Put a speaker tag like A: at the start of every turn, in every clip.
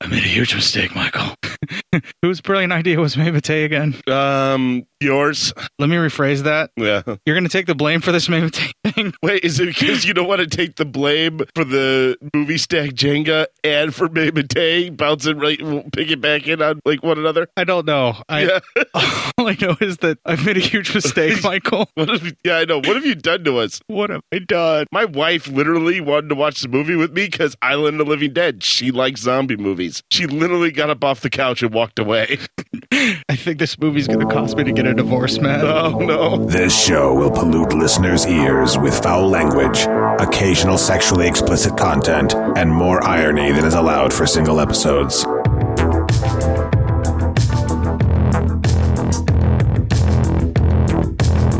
A: I made a huge mistake, Michael. Whose brilliant idea was Mabate again?
B: Um, yours.
A: Let me rephrase that.
B: Yeah.
A: You're going to take the blame for this Mabate thing?
B: Wait, is it because you don't want to take the blame for the movie stack Jenga and for Mabate bouncing right, pick it back in on like one another?
A: I don't know. I,
B: Yeah.
A: All I know is that I've made a huge mistake, Michael.
B: What have you, yeah, I know. What have you done to us?
A: What have I done?
B: My wife literally wanted to watch the movie with me because Island of the Living Dead. She likes zombie movies. She literally got up off the couch and walked away.
A: I think this movie's going to cost me to get a divorce, man.
B: Oh no.
C: This show will pollute listeners' ears with foul language, occasional sexually explicit content, and more irony than is allowed for single episodes.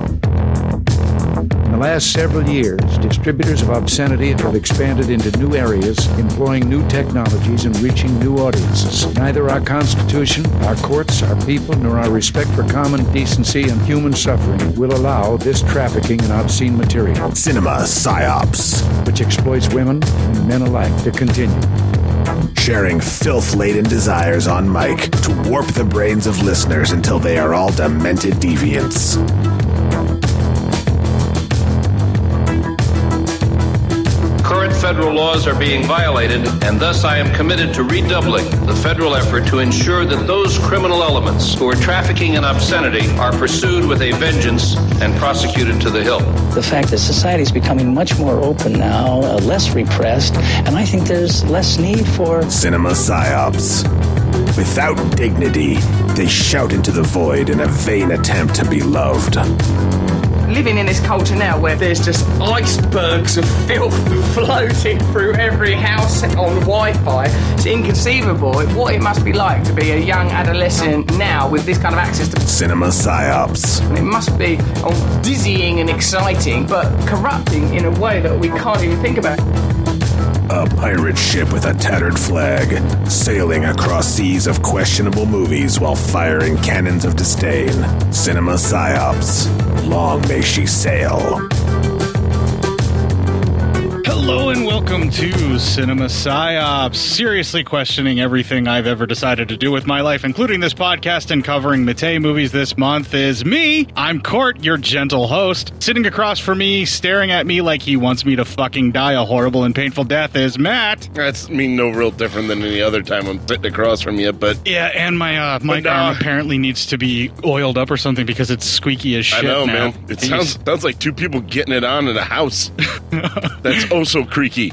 D: In the last several years, distributors of obscenity have expanded into new areas, employing new technologies and reaching new audiences. Neither our Constitution, our courts, our people, nor our respect for common decency and human suffering will allow this trafficking in obscene material,
C: Cinema psyops,
D: which exploits women and men alike, to continue.
C: sharing filth-laden desires on mic to warp the brains of listeners until they are all demented deviants.
E: Current federal laws are being violated, and thus I am committed to redoubling the federal effort to ensure that those criminal elements who are trafficking in obscenity are pursued with a vengeance and prosecuted to the hilt.
F: the fact that society is becoming much more open now, uh, less repressed, and I think there's less need for
C: Cinema psyops. Without dignity, they shout into the void in a vain attempt to be loved.
G: living in this culture now where there's just icebergs of filth floating through every house on Wi-Fi. It's inconceivable what it must be like to be a young adolescent now with this kind of access to.
C: Cinema psyops.
G: It must be oh, dizzying and exciting, but corrupting in a way that we can't even think about.
C: A pirate ship with a tattered flag, sailing across seas of questionable movies while firing cannons of disdain. Cinema psyops. Long may she sail.
A: Hello and welcome to Cinema Psyops, seriously questioning everything I've ever decided to do with my life, including this podcast and covering Mate movies this month is me. I'm Court, your gentle host. Sitting across from me, staring at me like he wants me to fucking die a horrible and painful death is Matt.
B: That's I mean no real different than any other time I'm sitting across from you, but
A: Yeah, and my uh, my
B: But, uh,
A: arm apparently needs to be oiled up or something because it's squeaky as shit
B: I know,
A: now.
B: man. It sounds sounds like two people getting it on in a house. That's oh so creaky.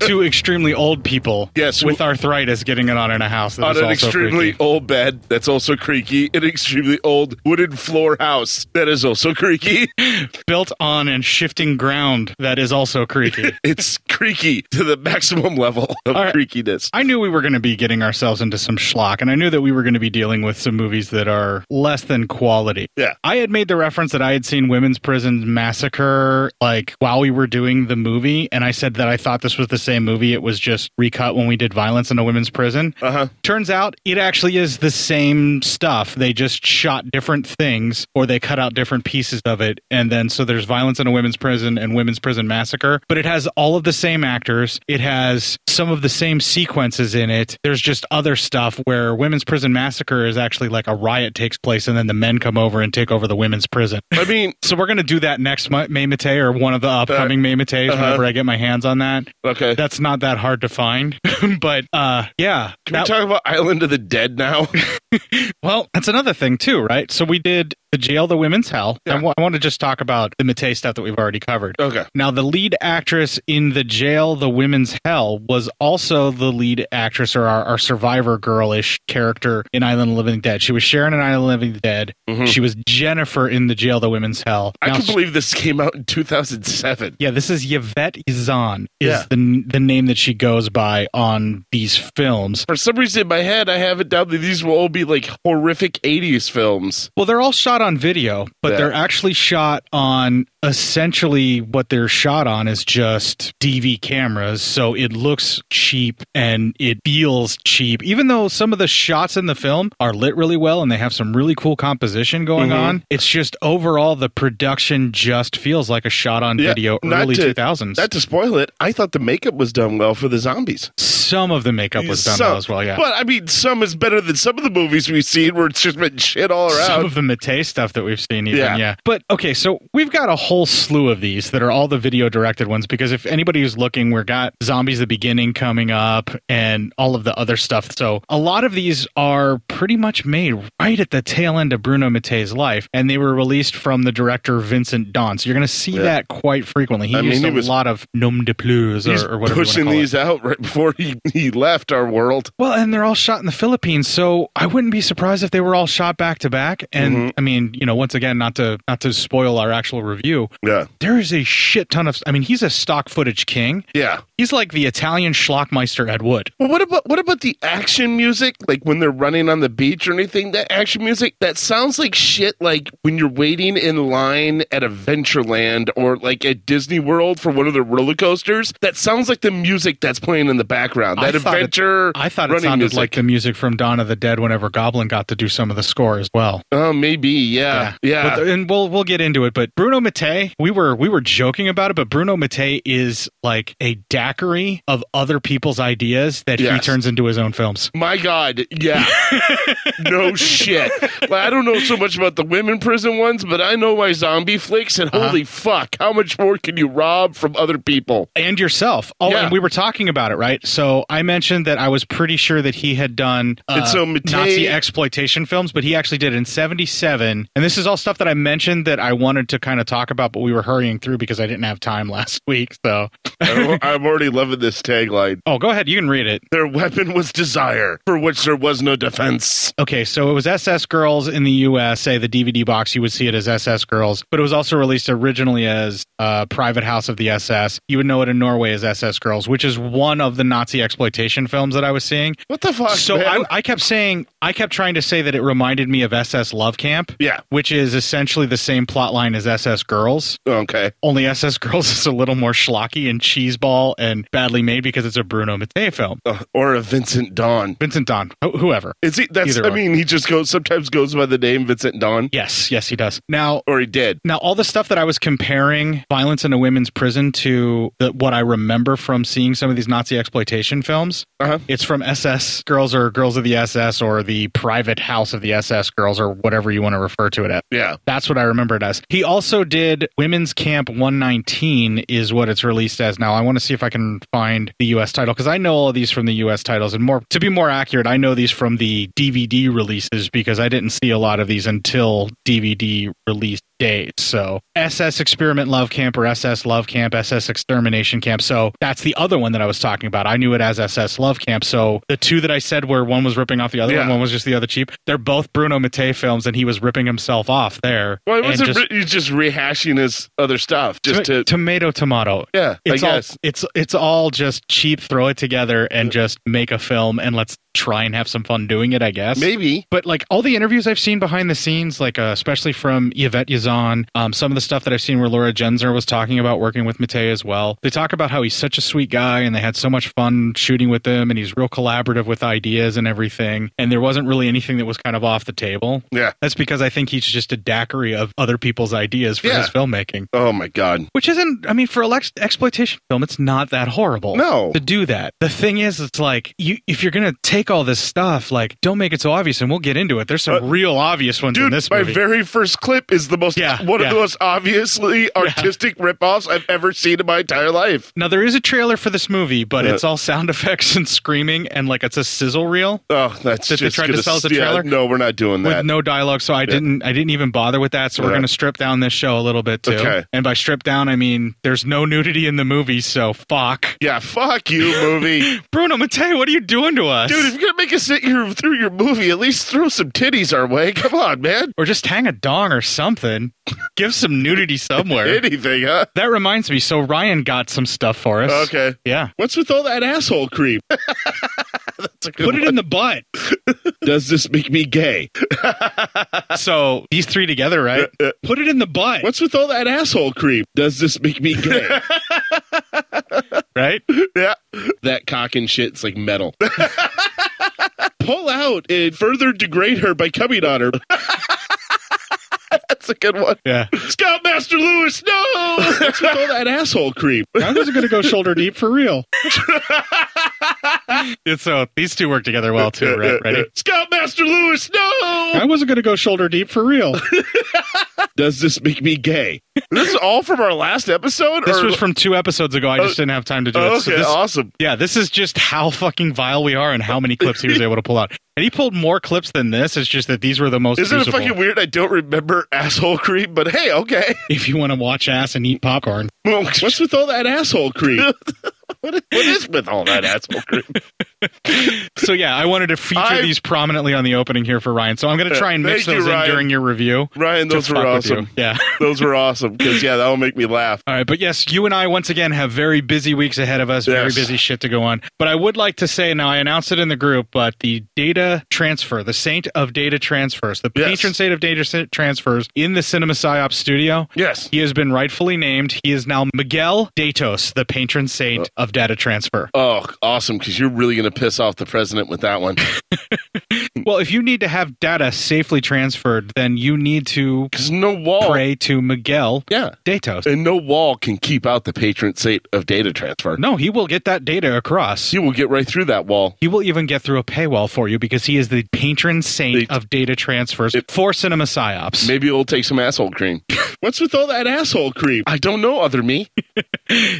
A: two extremely old people
B: Yes,
A: with
B: who-
A: arthritis getting it on in a house that
B: on
A: is
B: an
A: also
B: extremely
A: creaky.
B: old bed that's also creaky, an extremely old wooden floor house that is also creaky.
A: built on and shifting ground that is also creaky.
B: It's creaky to the maximum level of
A: All right.
B: creakiness.
A: I knew we were going to be getting ourselves into some schlock, and I knew that we were going to be dealing with some movies that are less than quality.
B: Yeah.
A: I had made the reference that I had seen Women's Prison Massacre like while we were doing the movie, and I said that I thought this was the same movie. It was just recut when we did Violence in a Women's Prison.
B: Uh huh.
A: Turns out it actually is the same stuff. They just shot different things or they cut out different pieces of it. And then so there's violence in a women's prison and women's prison massacre, but it has all of the same actors. It has some of the same sequences in it. There's just other stuff where women's prison massacre is actually like a riot takes place and then the men come over and take over the women's prison.
B: I mean,
A: So we're going to do that next month, May Mate or one of the upcoming May Mate's
B: Uh, uh-huh.
A: whenever I get my hands on that.
B: okay.
A: That's not that hard to find. but uh yeah.
B: Can
A: that-
B: we talk about Island of the Dead now?
A: well, that's another thing too, right? So we did the jail, the women's hell.
B: Yeah.
A: I want to just talk about the Matei stuff that we've already covered.
B: okay.
A: Now, the lead actress in the jail, the women's hell, was also the lead actress or our, our survivor girlish character in Island of the Living Dead. She was Sharon in Island of the Living Dead. She was Jennifer in the jail, the women's hell.
B: Mm-hmm. I
A: Now,
B: can
A: she-
B: believe this came out in 2007.
A: yeah, this is Yvette Izan is
B: Yeah.
A: the the name that she goes by on these films.
B: For some reason in my head, I have it down that these will all be like horrific 80s films.
A: Well, they're all shot on on video, but
B: Yeah.
A: they're actually shot on essentially what they're shot on is just DV cameras. So it looks cheap and it feels cheap, even though some of the shots in the film are lit really well and they have some really cool composition going
B: Mhm.
A: on. It's just overall the production just feels like a shot on
B: Yeah,
A: video
B: not
A: early
B: to-
A: 2000s.
B: Not to spoil it, I thought the makeup was done well for the zombies.
A: some of the makeup was done
B: Some-
A: well as well, yeah.
B: But I mean, some is better than some of the movies we've seen where it's just been shit all around.
A: Some of the Matei stuff that we've seen, even
B: Oh, Yeah.
A: yeah. But okay, so we've got a whole slew of these that are all the video directed ones because if anybody who's looking, we've got Zombies the Beginning coming up and all of the other stuff. So a lot of these are pretty much made right at the tail end of Bruno Matei's life, and they were released from the director Vincent Don. So you're going to see
B: Yeah.
A: that quite frequently. He
B: I mean,
A: used
B: he
A: a
B: was-
A: lot of nom de plumes
B: He's
A: or, or whatever. you wanna
B: pushing
A: call it.
B: these out right before he, he left our world.
A: Well, and they're all shot in the Philippines, so I wouldn't be surprised if they were all shot back to back. And
B: Mm-hmm.
A: I mean, you know, once again, not to not to spoil our actual review,
B: Yeah.
A: there is a shit ton of. I mean, he's a stock footage king.
B: Yeah.
A: He's like the Italian schlockmeister Ed Wood.
B: Well, what about what about the action music? Like when they're running on the beach or anything? That action music that sounds like shit. Like when you're waiting in line at Adventureland or like at Disney World for one of the roller coasters. That sounds like the music that's playing in the background. Uh, That
A: I thought it-
B: adventure.
A: I thought it
B: running
A: sounded
B: music.
A: like the music from Dawn of the Dead. Whenever Goblin got to do some of the score as well.
B: Oh, maybe. Yeah. Yeah.
A: But- and we'll we'll get into it. But Bruno Mattei, we were we were joking about it, but Bruno Mattei is like a daiquiri of other people's ideas that he
B: Yes.
A: turns into his own films.
B: My God, yeah. no shit. Like, I don't know so much about the women prison ones, but I know my zombie flicks, and
A: Uh-huh.
B: holy fuck, how much more can you rob from other people?
A: and yourself. Oh,
B: Yeah.
A: and we were talking about it, right? So I mentioned that I was pretty sure that he had done uh,
B: And so Mattei-
A: Nazi exploitation films, but he actually did it in '77. And this is all stuff that I mentioned that I wanted to kind of talk about, but we were hurrying through because I didn't have time last week. So,
B: I'm I'm already loving this tagline.
A: oh, go ahead, you can read it.
B: Their weapon was desire, for which there was no defense.
A: Okay, so it was SS Girls in the USA. The DVD box, you would see it as SS Girls, but it was also released originally as uh, Private House of the SS. You would know it in Norway as SS Girls, which is one of the Nazi exploitation films that I was seeing.
B: What the fuck?
A: So
B: man?
A: I, I kept saying, I kept trying to say that it reminded me of SS Love Camp,
B: yeah.
A: which is essentially the same plot line as SS Girls.
B: Okay.
A: Only SS Girls is a little more schlocky and cheeseball and badly made because it's a Bruno Mattei film.
B: Uh, or a Vincent Dawn.
A: Vincent Don, wh- whoever.
B: Is he? That's.
A: Either
B: I
A: or.
B: mean, he just goes sometimes goes by the name Vincent Dawn,
A: Yes, yes, he does. Now,
B: or he did.
A: now all the stuff that I was comparing violence in a women's prison to the, what I remember from seeing some of these Nazi exploitation films,
B: Uh-huh.
A: it's from SS Girls or Girls of the SS or the Private House of the SS Girls or whatever you want to refer to it as.
B: Yeah.
A: That's what I remember it as. He also did Women's Camp 119 is what it's released as now. I want to see if I can find the US title because I know all of these from the US titles and more to be more accurate, I know these from the DVD releases because I didn't see a lot of these until DVD release date. So SS Experiment Love Camp or SS Love Camp, SS Extermination Camp. So that's the other one that I was talking about. I knew it as SS Love Camp. So the two that I said where one was ripping off the other
B: Yeah.
A: one, one was just the other cheap. They're both Bruno Mattei films, and he was ripping himself off there.
B: Well, it
A: And
B: wasn't.
A: just-
B: re- he's just rehashing his other stuff, just
A: Toma-
B: to.
A: tomato tomato.
B: yeah. I
A: It's all
B: guess.
A: it's it's all just cheap. Throw it together and just make a film, and let's try and have some fun doing it. I guess
B: Maybe.
A: But like all the interviews I've seen behind the scenes, like uh, especially from Yvette Yazan, um, some of the stuff that I've seen where Laura Jensner was talking about working with Matei as well. They talk about how he's such a sweet guy and they had so much fun shooting with him and he's real collaborative with ideas and everything. And there wasn't really anything that was kind of off the table.
B: Yeah.
A: That's because I think he's just a daiquiri of other people's ideas for
B: Yeah.
A: his filmmaking.
B: Oh my god.
A: Which isn't, I mean, for an ex- exploitation film, it's not that horrible.
B: No.
A: To do that. The thing is, it's like, you if you're going to take all this stuff, like, don't make it so obvious, and we'll get into it. There's
B: Uh,
A: some real obvious ones in
B: Dude,
A: this
B: my
A: movie.
B: very first clip is the most
A: Yeah,
B: one of
A: yeah.
B: the most obviously artistic ripoffs I've ever seen in my entire life.
A: now, there is a trailer for this movie, but
B: Yeah.
A: it's all sound effects and screaming, and like, it's a sizzle reel.
B: Oh, that's
A: That they
B: just
A: tried to
B: gonna
A: sell as a
B: yeah,
A: trailer?
B: no, we're not doing that.
A: With no dialogue, so I didn't. I didn't even bother with that. So we're
B: Yeah.
A: going to strip down this show a little bit too.
B: Okay.
A: And by strip down, I mean there's no nudity in the movie. So fuck,
B: yeah, fuck you, movie.
A: Bruno Mattei, what are you doing to us,
B: Dude, if you're gonna make us sit here through your movie, at least throw some titties our way. Come on, man.
A: Or just hang a dong or something. Give some nudity somewhere.
B: Anything, huh?
A: That reminds me. So Ryan got some stuff for us.
B: Okay.
A: Yeah.
B: What's with all that asshole creep? that's a good
A: Put it
B: one.
A: in the butt.
B: Does this make me gay? Uh,
A: so these three together, right? Put it in the butt,
B: What's with all that asshole cream? Does this make me gay?
A: right?
B: yeah. That cock and shit's like metal. Pull out and further degrade her by coming on her. That's a good one.
A: Yeah.
B: Scoutmaster Lewis, no! What's with all that asshole cream?
A: Now this is going to go shoulder deep for real. And so these two work together well too, right? Ready?
B: Scoutmaster Lewis, no!
A: I wasn't going to go shoulder deep for real.
B: Does this make me gay? This is all from our last episode?
A: This
B: or-
A: was from two episodes ago. I just didn't have time to do it.
B: Okay,
A: So this-
B: awesome.
A: Yeah, this is just how fucking vile we are and how many clips he was able to pull out. And he pulled more clips than this. It's just that these were the most.
B: Isn't it
A: usable.
B: fucking weird? I don't remember asshole cream, but hey, okay.
A: If you want to watch ass and eat popcorn,
B: What's with all that asshole cream? what, is, what is with all that asshole cream?
A: so yeah, I wanted to feature
B: I-
A: these prominently on the opening here for Ryan. So I'm going to try and mix
B: Thank you,
A: those in
B: Ryan.
A: during your review.
B: Ryan,
A: to
B: those were
A: fuck with you.
B: awesome.
A: Yeah.
B: Those were awesome because yeah, that'll make me laugh.
A: All right, but yes, you and I once again have very busy weeks ahead of us, very
B: Yes.
A: busy shit to go on. But I would like to say now I announced it in the group, but the data transfer, the saint of data transfers, the
B: Yes.
A: patron saint of data sa- transfers in the Cinema Psyop studio.
B: Yes.
A: He has been rightfully named. He is now Miguel Datos, the patron saint
B: Uh.
A: of data transfer.
B: Oh, awesome! Because you're really gonna piss off the president with that one.
A: Well, if you need to have data safely transferred, then you need to
B: Because no wall,
A: pray to Miguel
B: yeah,
A: Datos.
B: and no wall can keep out the patron saint of data transfer.
A: No, he will get that data across.
B: You will get right through that wall.
A: He will even get through a paywall for you because he is the patron saint
B: They-
A: of data transfers for Cinema Psyops.
B: Maybe it'll take some asshole cream. What's with all that asshole cream? I don't know, other me.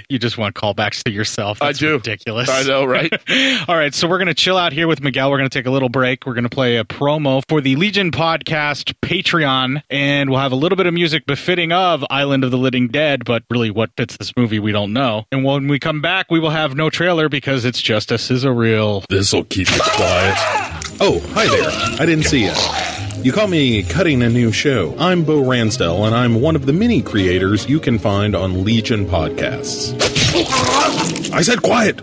A: You just want callbacks to yourself.
B: I
A: That's
B: do.
A: ridiculous.
B: I know, right?
A: All right, so we're going to chill out here with Miguel. We're going to take a little break. We're going to play a promo for the Legion podcast Patreon, and we'll have a little bit of music befitting of Island of the Living Dead, but really what fits this movie, we don't know. And when we come back, we will have no trailer because it's just a scissor reel.
H: This'll keep it quiet. Oh, hi there. I didn't see you. You call me cutting a new show. I'm Bo Ransdell, and I'm one of the many creators you can find on Legion Podcasts. I said quiet!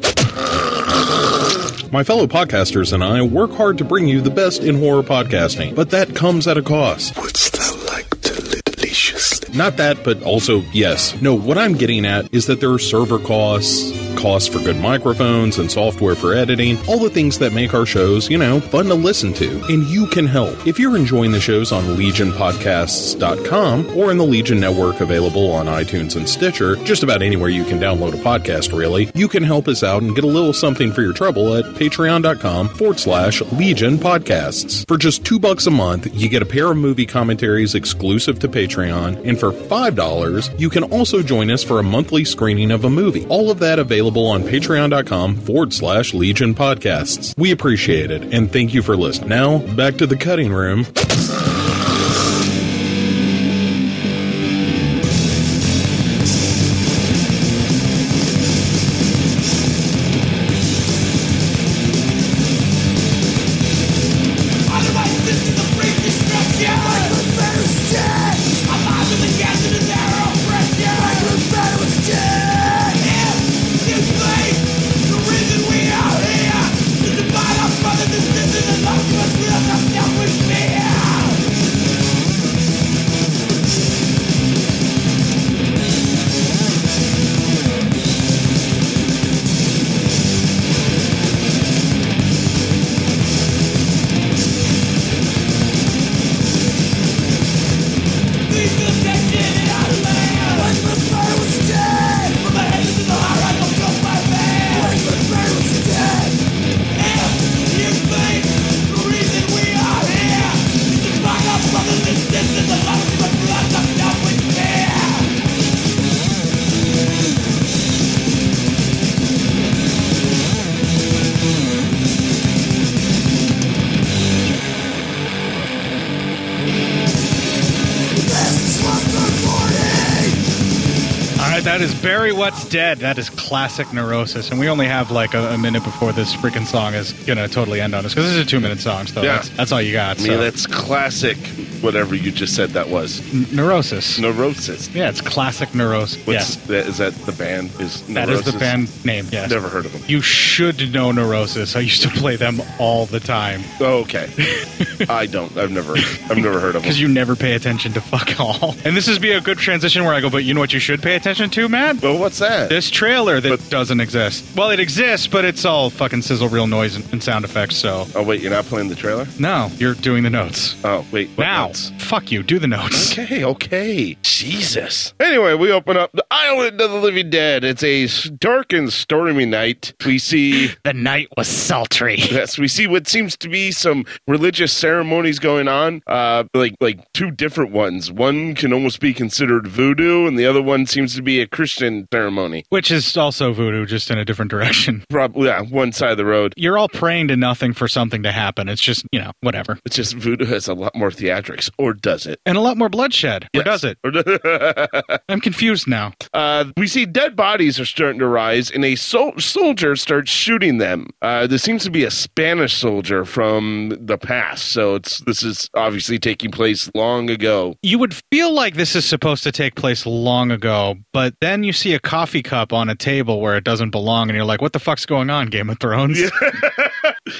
H: My fellow podcasters and I work hard to bring you the best in horror podcasting, but that comes at a cost.
C: What's that like to delicious?
H: Not that, but also, yes. No, what I'm getting at is that there are server costs, costs for good microphones and software for editing, all the things that make our shows, you know, fun to listen to. And you can help. If you're enjoying the shows on legionpodcasts.com or in the Legion Network available on iTunes and Stitcher, just about anywhere you can download a podcast, really, you can help us out and get a little something for your trouble at patreon.com forward slash Legion Podcasts. For just two bucks a month, you get a pair of movie commentaries exclusive to Patreon, and for $5, you can also join us for a monthly screening of a movie. All of that available on patreon.com forward slash Legion Podcasts. We appreciate it, and thank you for listening. Now, back to the cutting room.
A: All right, that is Barry What's Dead. That is classic neurosis. And we only have like a, a minute before this freaking song is going to totally end on us because this is a two minute song. So
B: Yeah.
A: that's, that's all you got.
B: I mean,
A: so.
B: that's classic whatever you just said that was.
A: N- Neurosis.
B: Neurosis.
A: Yeah, it's classic Neurosis.
B: What's
A: yeah.
B: that, is that the band? Is
A: That is the
B: Neurosis?
A: band name. Yes.
B: Never heard of them.
A: You should know Neurosis. I used to play them all the time
B: Oh, okay. I don't. I've never. I've never heard of them.
A: because you never pay attention to fuck all. And this is be a good transition where I go, but you know what you should pay attention to, Matt?
B: Well, what's that?
A: This trailer that doesn't exist. Well, it exists, but it's all fucking sizzle reel noise and, and sound effects. So
B: oh wait, you're not playing the trailer.
A: no, you're doing the notes
B: Oh wait. what
A: now.
B: else?
A: Fuck you. Do the notes.
B: Okay, okay. Jesus. Anyway, we open up the Island of the Living Dead. It's a s- dark and stormy night. We see
A: The night was sultry.
B: yes, we see what seems to be some religious ceremonies going on. Uh, like like two different ones. One can almost be considered voodoo, and the other one seems to be a Christian ceremony.
A: Which is also voodoo, just in a different direction.
B: Probably yeah, one side of the road.
A: You're all praying to nothing for something to happen. It's just, you know, whatever.
B: It's just voodoo has a lot more theatrics, or does it?
A: And a lot more bloodshed. Or
B: Yes.
A: does it?
B: Or does-
A: I'm confused now.
B: Uh, we see dead bodies are starting to rise, and a sol- soldier starts shooting them. Uh, this seems to be a Spanish soldier from the past, so it's this is obviously taking place long ago.
A: You would feel like this is supposed to take place long ago, but then you see a coffee cup on a table where it doesn't belong, and you're like, what the fuck's going on, Game of Thrones?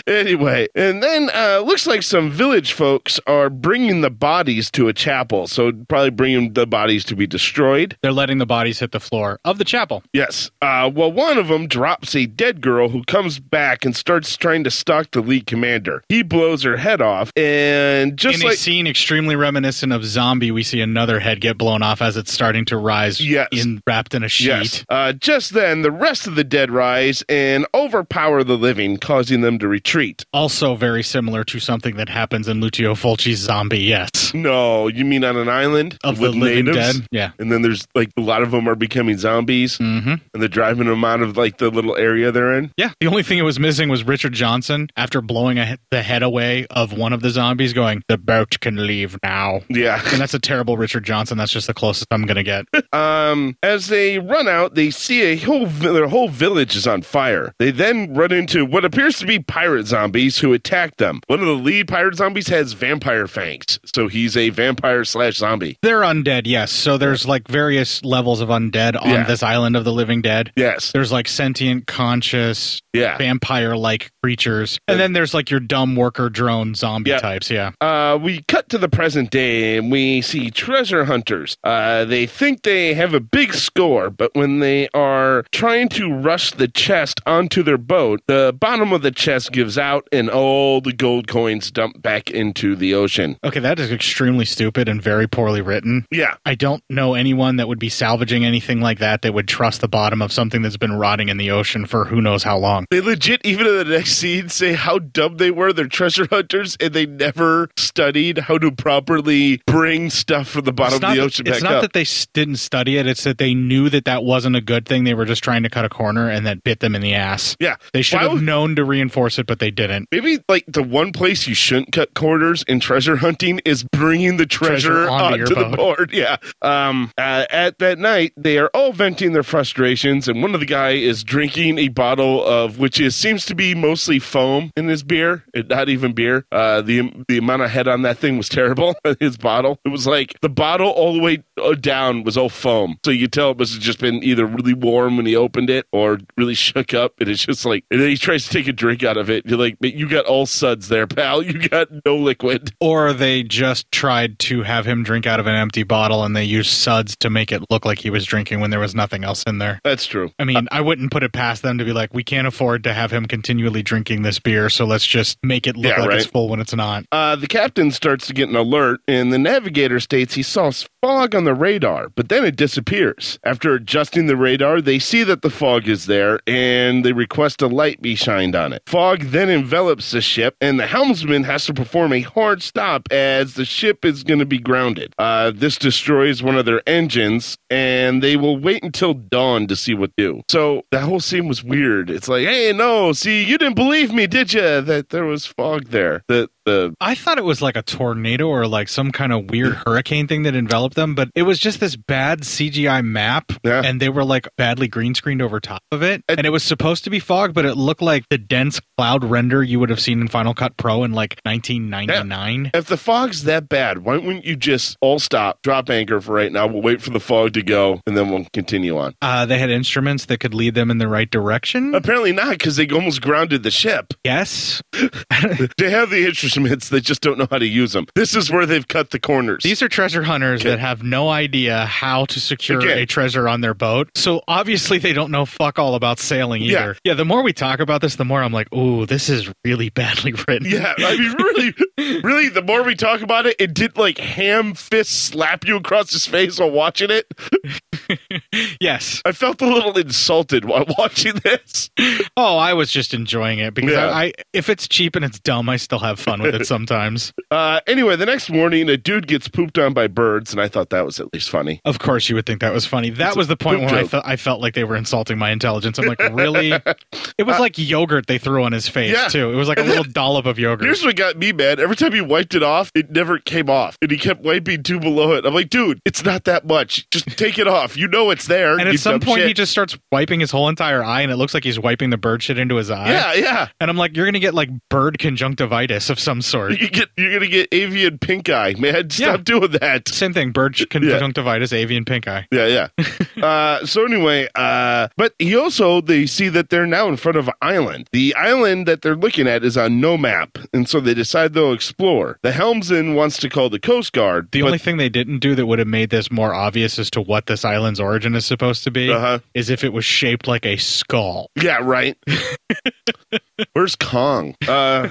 B: Anyway, and then uh, looks like some village folks are bringing the bodies to a chapel, so probably bringing the bodies to be destroyed.
A: They're letting the bodies hit the floor of the chapel.
B: Yes. Uh, well, one of them drops a dead girl who comes back and starts trying to stalk the lead commander. He blows her head off, and just
A: in
B: like
A: a scene extremely reminiscent of Zombie, we see another head get blown off as it's starting to rise
B: Yes.
A: in, wrapped in a sheet.
B: Yes. Uh, just then, the rest of the dead rise and overpower the living, causing them to retreat.
A: Also very similar to something that happens in Lucio Fulci's Zombie, yes.
B: No, you mean on an island
A: Of the living dead? Yeah.
B: And then there's like a lot of them are becoming zombies,
A: Mm-hmm.
B: and they're driving them out of like the little area they're in.
A: Yeah, the only thing it was missing was Richard Johnson after blowing a, the head away of one of the zombies, going, "The boat can leave now."
B: Yeah.
A: And that's a terrible Richard Johnson. That's just the closest I'm gonna get.
B: Um. As they run out, they see a whole vi- their whole village is on fire. They then run into what appears to be pirate zombies who attack them. One of the lead pirate zombies has vampire fangs, so he's a vampire slash zombie.
A: They're undead, yes. So there's like various levels of undead on
B: Yeah.
A: this island of the living dead.
B: Yes.
A: There's like sentient, conscious,
B: Yeah.
A: vampire-like creatures, and then there's like your dumb worker drone zombie
B: Yeah.
A: types. Yeah,
B: Uh, we cut to the present day and we see treasure hunters. Uh, they think they have a big score, but when they are trying to rush the chest onto their boat, the bottom of the chest gives out and all the gold coins dump back into the ocean.
A: okay, that is extremely stupid and very poorly written.
B: Yeah.
A: I don't know anyone that would be salvaging anything like that that would trust the bottom of something that's been rotting in the ocean for who knows how long.
B: They legit, even in the next scene, say how dumb they were. They're treasure hunters and they never studied how to properly bring stuff from the bottom
A: It's
B: of
A: not,
B: the
A: that-
B: ocean
A: it's
B: back
A: not
B: up.
A: that they s- didn't study it. It's that they knew that that wasn't a good thing. They were just trying to cut a corner, and that bit them in the ass.
B: yeah.
A: They should
B: Why
A: have
B: would-
A: known to reinforce it, but they didn't.
B: Maybe like the one place you shouldn't cut corners in treasure hunting is bringing the treasure,
A: Treasure onto
B: onto,
A: your
B: the
A: boat.
B: board. Yeah. Um. Uh, at that night, they are all venting their frustrations, and one of the guy is drinking a bottle of which is seems to be mostly foam in his beer, and not even beer. Uh. The the amount of head on that thing was terrible. his bottle, it was like the bottle all the way uh, down was all foam, so you tell it must have just been either really warm when he opened it or really shook up, and it's just like. And then he tries to take a drink out of it. You're like, "Mate, you got all suds there, pal. You got no liquid.
A: Or they just tried to have him drink out of an empty bottle, and they used suds to make it look like he was drinking when there was nothing else in there.
B: That's true.
A: I mean, I wouldn't put it past them to be like, we can't afford to have him continually drinking this beer, so let's just make it look
B: Yeah,
A: like it's
B: right.
A: full when it's not.
B: Uh, the captain starts to get an alert, and the navigator states he saw fog on the radar, but then it disappears. After adjusting the radar, they see that the fog is there, and they request a light be shined on it. Fog then envelops the ship, and the helmsman has to perform a hard stop as the ship is going to be grounded. Uh, this destroys one of their engines, and they will wait until dawn to see what do. So that whole scene was weird. It's like, hey, no, see, you didn't believe me, did you? That there was fog there. That the
A: I thought it was like a tornado or like some kind of weird hurricane thing that enveloped them, but it was just this bad CGI map,
B: Yeah.
A: and they were like badly green screened over top of it.
B: And-
A: And it was supposed to be fog, but it looked like the dense cloud loud render you would have seen in Final Cut Pro in like 1999.
B: If the fog's that bad, why wouldn't you just all stop, drop anchor for right now? We'll wait for the fog to go, and then we'll continue on.
A: Uh, they had instruments that could lead them in the right direction.
B: Apparently not, because they almost grounded the ship.
A: Hmm. Yes.
B: they have the instruments, they just don't know how to use them. This is where they've cut the corners.
A: These are treasure hunters that have no idea how to secure
B: Again.
A: a treasure on their boat. So obviously they don't know fuck all about sailing
B: Yeah.
A: either. Yeah, the more we talk about this, the more I'm like, ooh, this is really badly written.
B: Yeah, I mean, really, really, the more we talk about it, it did like ham fist slap you across his face while watching it.
A: yes.
B: I felt a little insulted while watching this.
A: Oh, I was just enjoying it because
B: Yeah.
A: I, I if it's cheap and it's dumb, I still have fun with it sometimes.
B: Uh, anyway, the next morning, a dude gets pooped on by birds, and I thought that was at least funny.
A: Of course, you would think that was funny. That
B: It's a
A: was the point
B: poop
A: where I,
B: joke.
A: fe- I felt like they were insulting my intelligence. I'm like, really? it was like yogurt they threw on his face
B: Uh, Yeah.
A: too. It was like a
B: And
A: little
B: then-
A: dollop of yogurt.
B: Here's what got me mad. Every time he wiped it off, it never came off. And he kept wiping two below it. I'm like, dude, it's not that much. Just take it off. You know it's there.
A: and
B: you
A: at some
B: dumb
A: point,
B: shit.
A: he just starts wiping his whole entire eye, and it looks like he's wiping the bird shit into his eye.
B: Yeah, yeah.
A: And I'm like, you're gonna get like bird conjunctivitis of some sort.
B: You get, you're going to get avian pink eye, man. Stop doing that.
A: Same thing, bird conjunctivitis, avian pink eye.
B: Yeah, yeah. uh, so anyway, uh, but he also they see that they're now in front of an island. The island that they're looking at is on no map, and so they decide they'll explore. The helmsman wants to call the coast guard.
A: The
B: but-
A: only thing they didn't do that would have made this more obvious as to what this island's origin is supposed to be
B: Uh-huh.
A: is if it was shaped like a skull.
B: yeah, right. Where's Kong? Uh,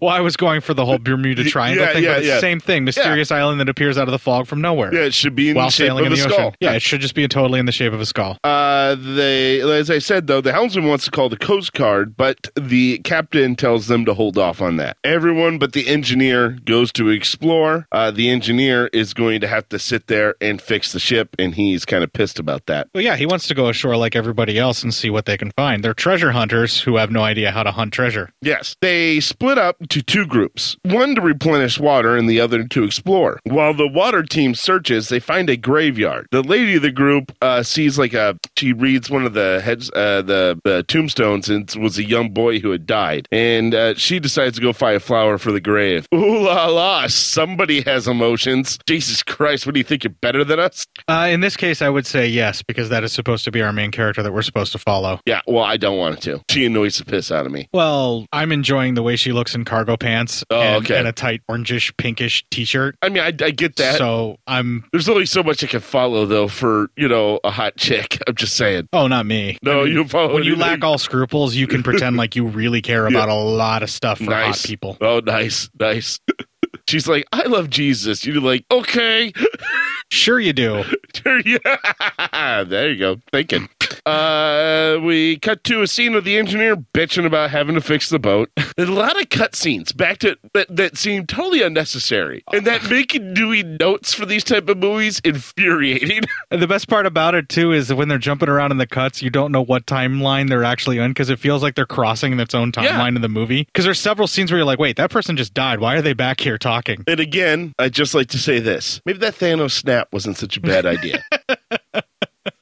A: Well, I was going for the whole Bermuda Triangle
B: yeah,
A: thing,
B: yeah,
A: but it's
B: yeah.
A: the same thing. Mysterious island that appears out of the fog from nowhere
B: yeah, it should be in
A: while
B: the shape
A: sailing in
B: of a
A: the
B: skull.
A: ocean. Yeah, it should just be totally in the shape of a skull.
B: Uh, they, as I said though, the helmsman wants to call the coast guard, but the captain tells them to hold off on that. Everyone but the engineer goes to explore. Uh, the engineer is going to have to sit there and fix the ship, and he's kind of pissed about that.
A: Well, yeah, he wants to go ashore like everybody else and see what they can find. They're treasure hunters who have no idea how to hunt treasure.
B: Yes, they split up to two groups, one to replenish water and the other to explore. While the water team searches, they find a graveyard. The lady of the group uh, sees like a she reads one of the heads uh, the, the tombstones and it was a young boy who had died, and uh, she decides to go find a flower for the grave. Ooh la la! Somebody has emotions. Jesus Christ! What do you think you're better than us?
A: Uh, in this case, I would say yes, because that is supposed to be our main character that we're supposed to follow.
B: Yeah. Well, I don't want to. She annoys the piss out of me.
A: Well, I'm enjoying the way she looks in cargo pants
B: Oh,
A: and,
B: okay.
A: and a tight orangish pinkish t-shirt.
B: I mean, I, I get that.
A: So I'm
B: There's only so much I can follow, though, for you know a hot chick. I'm just saying.
A: oh, not me.
B: No, you follow.
A: When you
B: anything.
A: lack all scruples, you can pretend like you really care about a lot of stuff for
B: nice
A: hot people.
B: Oh, nice, nice. She's like, I love Jesus. You're like, okay,
A: Sure, you do.
B: yeah. There you go. Thinking. Uh, we cut to a scene of the engineer bitching about having to fix the boat. There's a lot of cut scenes back to that, that seem totally unnecessary, and
A: Oh.
B: that making doing notes for these type of movies infuriating.
A: And the best part about it too is that when they're jumping around in the cuts, you don't know what timeline they're actually in because it feels like they're crossing its own timeline
B: Yeah.
A: in the movie. Because there's several scenes where you're like, "Wait, that person just died. Why are they back here talking?"
B: And again, I'd just like to say this. Maybe that Thanos snap wasn't such a bad idea.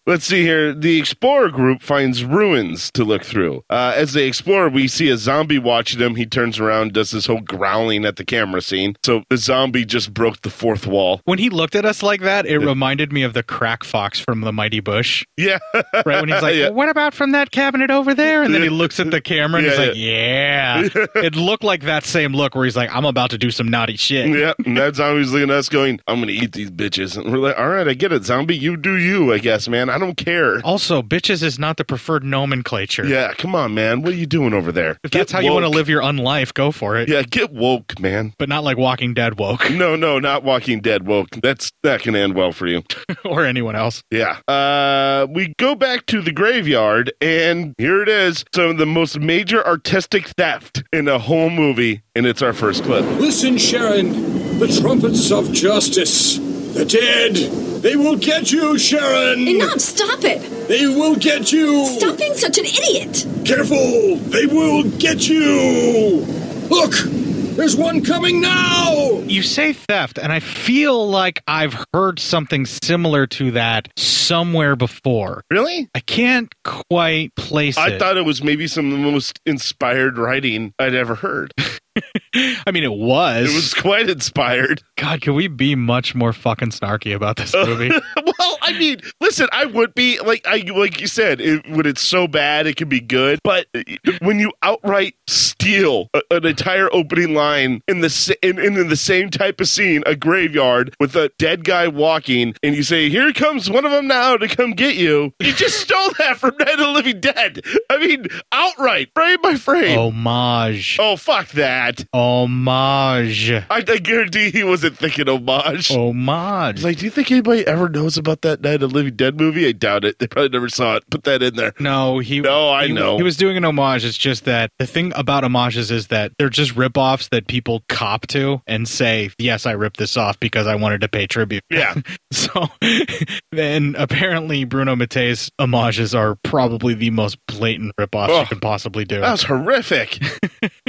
B: Let's see here. The explorer group finds ruins to look through. Uh, as they explore, we see a zombie watching them. He turns around, does this whole growling at the camera scene. So the zombie just broke the fourth wall.
A: When he looked at us like that, it reminded me of the crack fox from the Mighty Bush.
B: Yeah.
A: Right when he's like,
B: Yeah.
A: "What about from that cabinet over there?" And then he looks at the camera and he's like, "Yeah." it looked like that same look where he's like, "I'm about to do some naughty shit."
B: yeah. And that zombie's looking at us going, I'm going to eat these bitches. And we're like, all right, I get it, zombie. You do you, I guess, man. I don't care.
A: Also, bitches is not the preferred nomenclature.
B: Yeah. Come on, man. What are you doing over there?
A: If that's how you want to
B: woke.
A: live your unlife, go for it.
B: Yeah. Get woke, man.
A: But not like Walking Dead woke
B: No, no, not Walking Dead woke. That's not going to end well for you.
A: or anyone else.
B: Yeah. Uh, we go back to the graveyard, and here it is. So the most major artistic theft in a whole movie, and it's our first clip.
I: Listen, Sharon, the trumpets of justice. The dead, they will get you, Sharon.
J: Enough! Stop it!
I: They will get you.
J: Stop being such an idiot!
I: Careful, they will get you. Look, There's one coming now!
A: You say theft, and I feel like I've heard something similar to that somewhere before.
B: Really?
A: I can't quite place
B: I
A: it.
B: thought it was maybe some of the most inspired writing I'd ever heard.
A: I mean, it was.
B: It was quite inspired.
A: God, can we be much more fucking snarky about this movie?
B: well, I mean, listen, I would be like I like you said, it, when it's so bad, it can be good. But when you outright steal a, an entire opening line in the s- in, in, in the same type of scene, a graveyard with a dead guy walking, and you say, "Here comes one of them now to come get you," you just stole that from Night of the Living Dead. I mean, outright, frame by frame. Oh,
A: homage.
B: fuck that!
A: Homage.
B: I, I guarantee he wasn't thinking homage.
A: Homage.
B: It's like, do you think anybody ever knows about that Night of the Living Dead movie? I doubt it. They probably never saw it. Put that in there.
A: No, he.
B: No, I
A: he-
B: know.
A: He was doing an homage. It's just that the thing about homages is that they're just ripoffs that people cop to and say, "Yes, I ripped this off because I wanted to pay tribute."
B: Yeah.
A: so then apparently Bruno Mattei's homages are probably the most blatant ripoffs you
B: Ugh.
A: can possibly do.
B: That was horrific.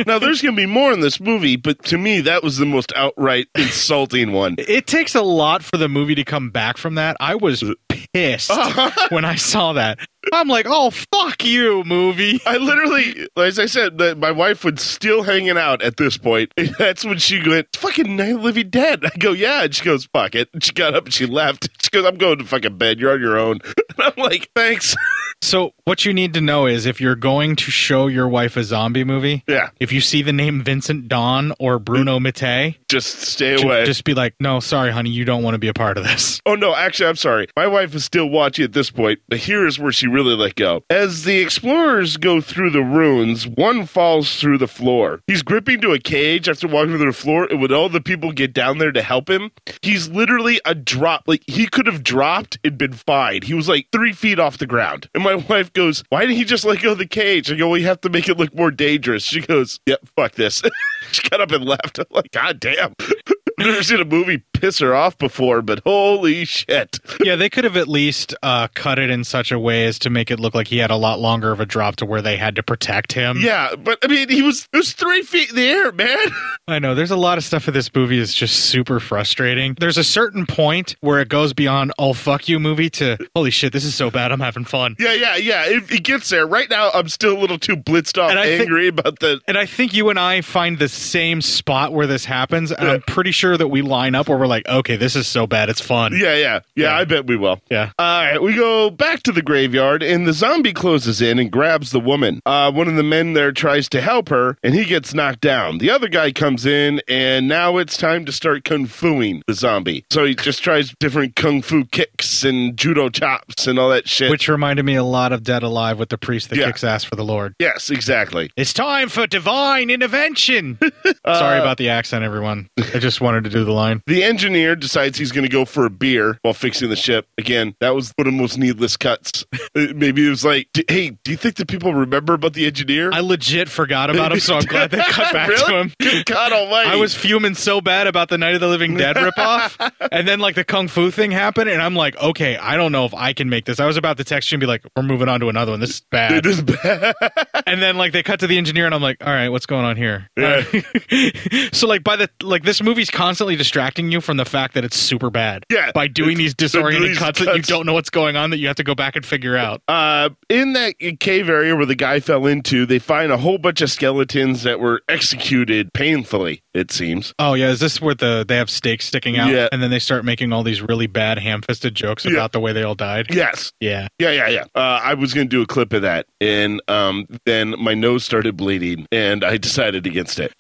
B: now, there's going to be more in this movie, but to me, that was the most outright insulting one.
A: it takes a lot for the movie to come back from that. I was pissed when I saw that. I'm like, "Oh fuck you, movie."
B: I literally, as I said, that my wife was still hanging out at this point. That's when she went, fucking Night of the Living Dead. I go, yeah. And she goes, fuck it. And she got up and she left. She goes, I'm going to fucking bed. You're on your own. And I'm like, thanks.
A: So what you need to know is if you're going to show your wife a zombie movie,
B: Yeah.
A: if you see the name Vincent Dawn or Bruno Mattei,
B: Just stay
A: ju-
B: away.
A: just be like, "No, sorry, honey, you don't want to be a part of this."
B: Oh no, actually, I'm sorry. My wife is still watching at this point, but here is where she really let go. As the explorers go through the ruins, one falls through the floor. He's gripping to a cage after walking through the floor, and when all the people get down there to help him, he's literally a drop. Like he could have dropped and been fine. He was like three feet off the ground. And my wife goes, "Why didn't he just let go of the cage?" I go, "We have to make it look more dangerous." She goes, "Yep, fuck this." she got up and left. I'm like, "God damn." I've never seen a movie piss her off before, but holy shit.
A: yeah, they could have at least uh, cut it in such a way as to make it look like he had a lot longer of a drop to where they had to protect him.
B: Yeah, but I mean, he was it was three feet in the air, man.
A: I know. There's a lot of stuff in this movie is just super frustrating. There's a certain point where it goes beyond "oh fuck you" movie to "holy shit, this is so bad, I'm having fun."
B: Yeah, yeah, yeah. It, it gets there. Right now, I'm still a little too blitzed off,
A: And I think-
B: angry about the.
A: And I think you and I find the same spot where this happens. And I'm pretty sure that we line up where we're like, okay, this is so bad, it's fun.
B: Yeah, yeah, yeah. I bet we will.
A: Yeah.
B: All right, we go back to the graveyard, and the zombie closes in and grabs the woman. Uh, one of the men there tries to help her, and he gets knocked down. The other guy comes in, and now it's time to start kung fuing the zombie. So he just tries different kung fu kicks and judo chops and all that shit.
A: Which reminded me a lot of Dead Alive with the priest that
B: Yeah.
A: kicks ass for the Lord.
B: yes, exactly.
A: It's time for divine intervention.
B: Uh,
A: Sorry about the accent, everyone. I just wanted to do the line.
B: The engineer decides he's going to go for a beer while fixing the ship. Again, that was one of the most needless cuts. Uh, Maybe it was like, "D- hey, do you think that people remember about the engineer?
A: I legit forgot about him, so I'm glad they cut back
B: Really?
A: to him.
B: Good God almighty.
A: I was fuming so bad about the Night of the Living Dead ripoff, and then like the Kung Fu thing happened, and I'm like, okay, I don't know if I can make this. I was about to text you and be like, we're moving on to another one. This is bad.
B: It is bad.
A: and then like they cut to the engineer and i'm like all right what's going on here
B: Yeah.
A: so like by the like this movie's constantly distracting you from the fact that it's super bad
B: Yeah.
A: by doing these disoriented
B: These
A: cuts, that you
B: cuts.
A: don't know what's going on that you have to go back and figure out
B: Uh, in that cave area where the guy fell into, they find a whole bunch of skeletons that were executed painfully, it seems.
A: oh yeah is this where the they have stakes sticking out
B: Yeah.
A: and then they start making all these really bad ham-fisted jokes
B: Yeah.
A: about the way they all died
B: Yes.
A: yeah
B: Yeah, yeah, yeah. Uh, I was going to do a clip of that, and um, then my nose started bleeding, and I decided against it.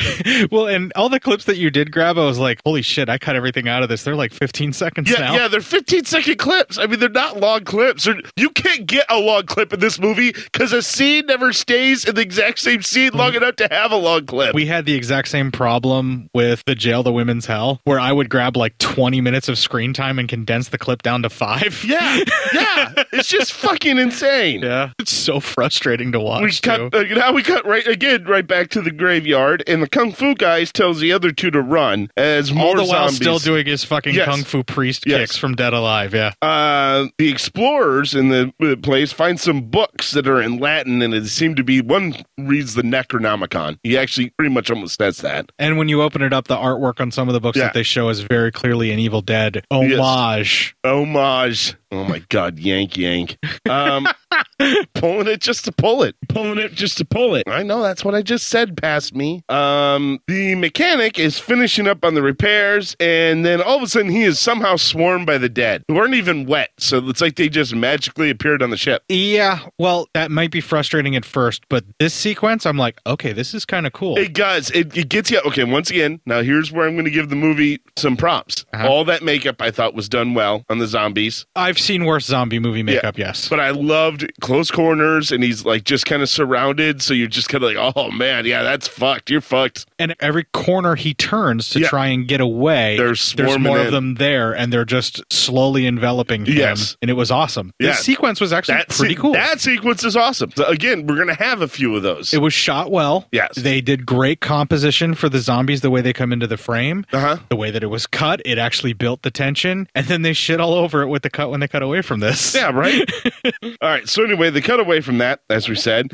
A: well and all the clips that you did grab i was like holy shit i cut everything out of this they're like 15 seconds
B: Yeah,
A: now
B: yeah, they're 15 second clips. I mean, they're not long clips. They're- you can't get a long clip in this movie because a scene never stays in the exact same scene long enough to have a long clip.
A: We had the exact same problem with the jail, the women's hell, where I would grab like 20 minutes of screen time and condense the clip down to five.
B: yeah, yeah, it's just fucking insane.
A: Yeah. It's so frustrating to watch.
B: We
A: too.
B: cut uh, now. We cut right again, right back to the graveyard, and the kung fu guys tells the other two to run. Uh, as more
A: All the while
B: zombies.
A: still doing his fucking
B: Yes.
A: kung fu priest
B: Yes.
A: kicks from Dead Alive. Yeah.
B: uh, the explorers in the uh, place find some books that are in Latin, and it seemed to be one reads the Necronomicon. He actually pretty much almost says that.
A: And when you open it up, the artwork on some of the books
B: Yeah.
A: that they show is very clearly an Evil Dead homage.
B: Homage. Oh my God, yank yank. Um, pulling it just to pull it. Pulling it just to pull it. I know that's what I just said. Past me. Um, the mechanic is finishing up on the repairs, and then all of a sudden he is somehow swarmed by the dead who aren't even wet. So it's like they just magically appeared on the ship.
A: Yeah, well, that might be frustrating at first, but this sequence, I'm like, okay, this is kind of cool.
B: It does. It, it gets you. Okay, once again, now here's where I'm going to give the movie some props.
A: Uh-huh.
B: All that makeup I thought was done well on the zombies.
A: I've seen worse zombie movie makeup, yes.
B: But I loved close corners and he's like just kind of surrounded. So you're just kind of like, oh man, yeah, that's fucked. You're fucked.
A: and every corner he turns to
B: Yeah.
A: try and get away,
B: They're
A: there's
B: swarming
A: more of
B: in.
A: them there, and they're just slowly enveloping him.
B: Yes.
A: And it was awesome.
B: Yeah.
A: This sequence was actually
B: That
A: pretty
B: se-
A: cool.
B: That sequence is awesome. So again, we're going to have a few of those.
A: It was shot well.
B: Yes.
A: They did great composition for the zombies, the way they come into the frame,
B: Uh-huh.
A: the way that it was cut. It actually built the tension. And then they shit all over it with the cut when they cut away from this.
B: Yeah, right? All right. So, anyway, they cut away from that, as we said.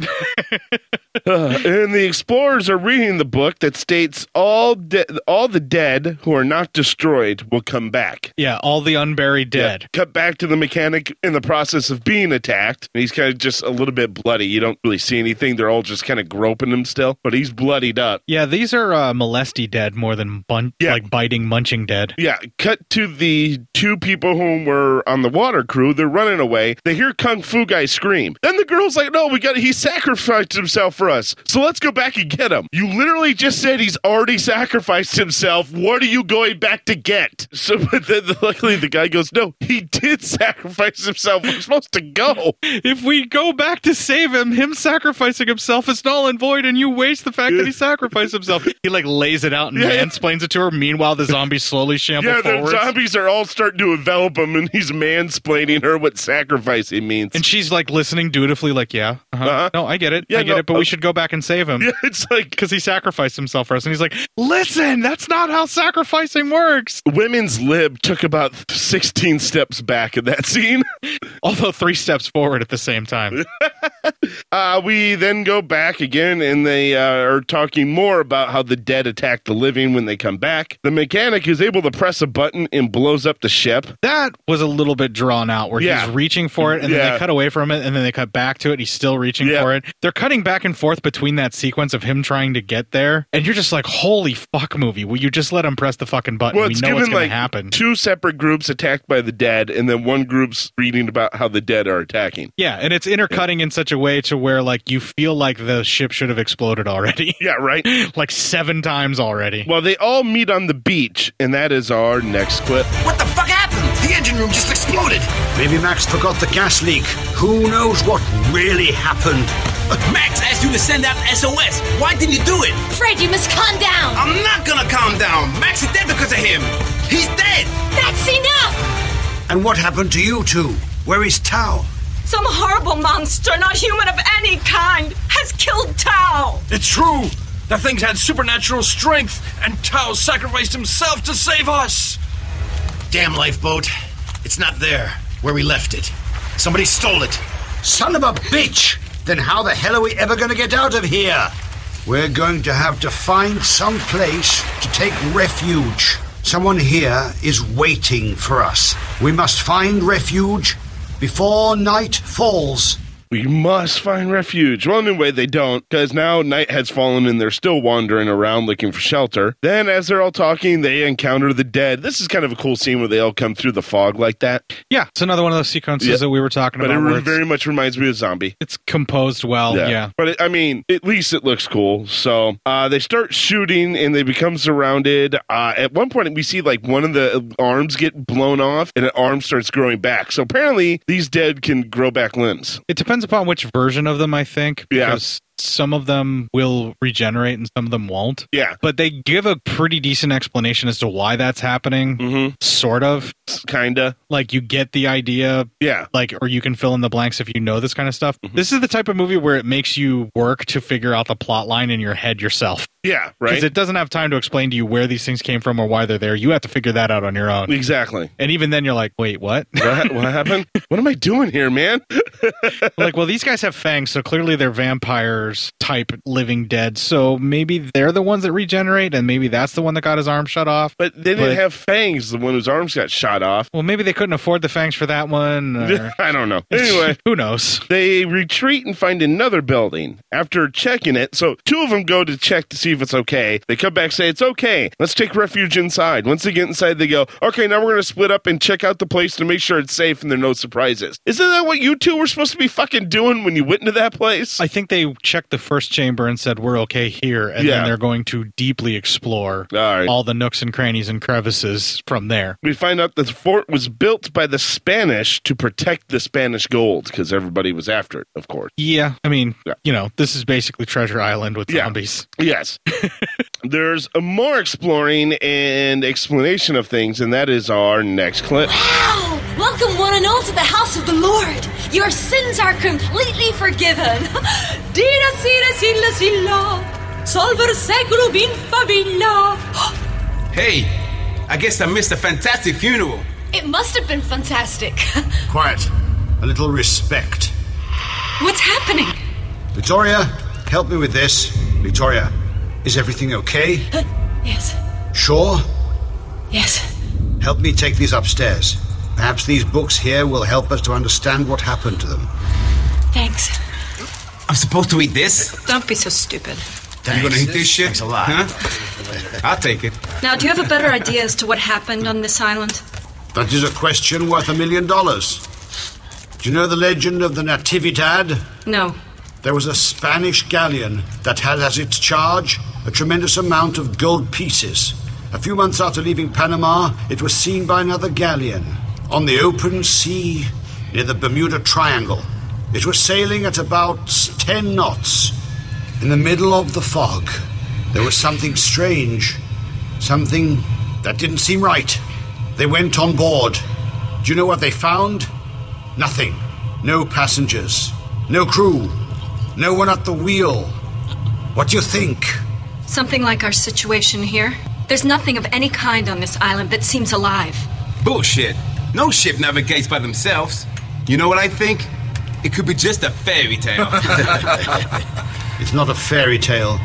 B: Uh, and the explorers are reading the book that states all, de- all the dead who are not destroyed will come back.
A: Yeah, all the unburied dead.
B: Yeah. Cut back to the mechanic in the process of being attacked. And he's kind of just a little bit bloody. You don't really see anything. They're all just kind of groping him still, but he's bloodied up.
A: Yeah, these are uh, molesty dead more than bun-
B: Yeah.
A: like biting, munching dead.
B: Yeah, cut to the two people who were on the water crew. They're running away. They hear Kung Fu guy scream. Then the girl's like, "No, we got. He sacrificed himself for us. So let's go back and get him." You literally just said he's already sacrificed himself. What are you going back to get? So, but then luckily the guy goes, "No, he did sacrifice himself. We're supposed to go."
A: If we go back to save him, him sacrificing himself is null and void, and you waste the fact that he sacrificed himself. He like lays it out and
B: Yeah.
A: mansplains it to her. Meanwhile, the zombies slowly shamble
B: Yeah, the
A: forward.
B: zombies are all starting to envelop him, and he's mansplaining her what sacrifice he means.
A: And she's like listening dutifully, like, yeah, uh-huh.
B: Uh-huh.
A: no, I get it,
B: Yeah,
A: I get
B: no,
A: it, but
B: uh,
A: we should go back and save him
B: yeah, it's like
A: because he sacrificed himself for us. And he's like, listen, that's not how sacrificing works.
B: women's lib took about 16 steps back in that scene.
A: Although three steps forward at the same time.
B: Uh, we then go back again, and they uh, are talking more about how the dead attack the living when they come back. The mechanic is able to press a button and blows up the ship.
A: That was a little bit drawn out where
B: Yeah.
A: he's reaching for it and then
B: Yeah.
A: they cut away from it and then they cut back to it. He's still reaching
B: Yeah.
A: for it. They're cutting back and forth between that sequence of him trying to get there. And you're just like, holy fuck, movie. Will you just let him press the fucking button? we know what's going to happen.
B: two separate groups attacked by the dead, and then one group's reading about how the dead are attacking.
A: yeah. And it's intercutting in such a way to where like you feel like the ship should have exploded already.
B: Yeah, right?
A: like seven times already.
B: Well, they all meet on the beach, and that is our next clip.
J: What the fuck happened? The engine room just exploded.
I: Maybe Max forgot the gas leak. Who knows what really happened?
J: Max asked you to send out SOS. Why didn't you do it?
K: Fred, you must calm down.
J: I'm not gonna calm down. Max is dead because of him. He's dead.
K: That's enough.
I: And what happened to you two? Where is Tao?
K: Some horrible monster, not human of any kind, has killed Tao.
I: It's true. The things had supernatural strength, and Tao sacrificed himself to save us.
J: Damn lifeboat. It's not there where we left it. Somebody stole it.
I: Son of a bitch! Then how the hell are we ever going to get out of here? We're going to have to find some place to take refuge. Someone here is waiting for us. We must find refuge before night falls.
B: We must find refuge. Well, anyway, they don't, because now night has fallen and they're still wandering around looking for shelter. Then, as they're all talking, they encounter the dead. This is kind of a cool scene where they all come through the fog like that,
A: yeah. It's another one of those sequences
B: Yeah.
A: that we were talking
B: but it
A: about. where
B: re-
A: it's,
B: very much reminds me of Zombie.
A: it's composed well. yeah.
B: But it, I mean, at least it looks cool. So uh, they start shooting and they become surrounded. Uh, at one point, we see like one of the arms get blown off and an arm starts growing back. So apparently, these dead can grow back limbs.
A: It depends upon which version of them, I think.
B: Yeah.
A: Because some of them will regenerate and some of them won't.
B: Yeah.
A: But they give a pretty decent explanation as to why that's happening. Mm-hmm. Sort of.
B: Kinda.
A: Like you get the idea.
B: Yeah. Mm-hmm.
A: Like, or you can fill in the blanks if you know this kind of stuff. This is the type of movie where it makes you work to figure out the plot line in your head yourself.
B: Yeah, right.
A: Because it doesn't have time to explain to you where these things came from or why they're there. You have to figure that out on your own.
B: Exactly.
A: And even then, you're like, wait, what?
B: What, what happened? What am I doing here, man?
A: like, well, these guys have fangs, so clearly they're vampires type living dead. So maybe they're the ones that regenerate, and maybe that's the one that got his arm shut off.
B: But They didn't have fangs. The one whose arms got shot off.
A: Well, maybe they couldn't afford the fangs for that one. or-
B: I don't know. Anyway,
A: who knows?
B: They retreat and find another building. After checking it, so two of them go to check to see if it's okay. They come back say it's okay. Let's take refuge inside. Once they get inside, they go, "Okay, now we're going to split up and check out the place to make sure it's safe and there're no surprises." Isn't that what you two were supposed to be fucking doing when you went into that place?
A: I think they checked the first chamber and said we're okay here, and
B: Yeah.
A: then they're going to deeply explore all the nooks and crannies and crevices from there.
B: We find out that the fort was built by the Spanish to protect the Spanish gold because everybody was after it, of course.
A: Yeah, I mean, you know, this is basically Treasure Island with zombies.
B: Yes. There's a more exploring and explanation of things, and that is our next clip.
L: Welcome, one and all, to the house of the Lord. Your sins are completely forgiven. Dina sina silla silla. Solver seculum in favilla.
J: Hey, I guess I missed a fantastic funeral.
L: It must have been fantastic.
I: Quiet. A little respect.
L: What's happening?
I: Victoria, help me with this. Victoria, is everything okay?
L: Yes,
I: Sure?
L: yes.
I: Help me take these upstairs. Perhaps these books here will help us to understand what happened to them.
L: Thanks.
J: I'm supposed to eat this?
L: Don't be so stupid.
J: You gonna eat this shit? Thanks a lot. I'll take it.
L: Now, do you have a better idea as to what happened on this island?
I: That is a question worth a million dollars. Do you know the legend of the Natividad?
L: No.
I: There was a Spanish galleon that had as its charge a tremendous amount of gold pieces. A few months after leaving Panama, it was seen by another galleon on the open sea near the Bermuda Triangle. It was sailing at about 10 knots. In the middle of the fog, there was something strange, something that didn't seem right. They went on board. Do you know what they found? Nothing. No passengers. No crew. No one at the wheel. What do you think?
L: Something like our situation here? There's nothing of any kind on this island that seems alive.
J: Bullshit. No ship navigates by themselves. You know what I think? It could be just a fairy tale.
I: It's not a fairy tale.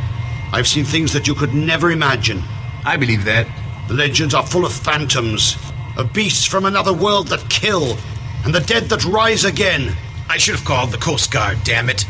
I: I've seen things that you could never imagine.
J: I believe that.
I: The legends are full of phantoms, of beasts from another world that kill, and the dead that rise again.
J: I should have called the Coast Guard, damn it.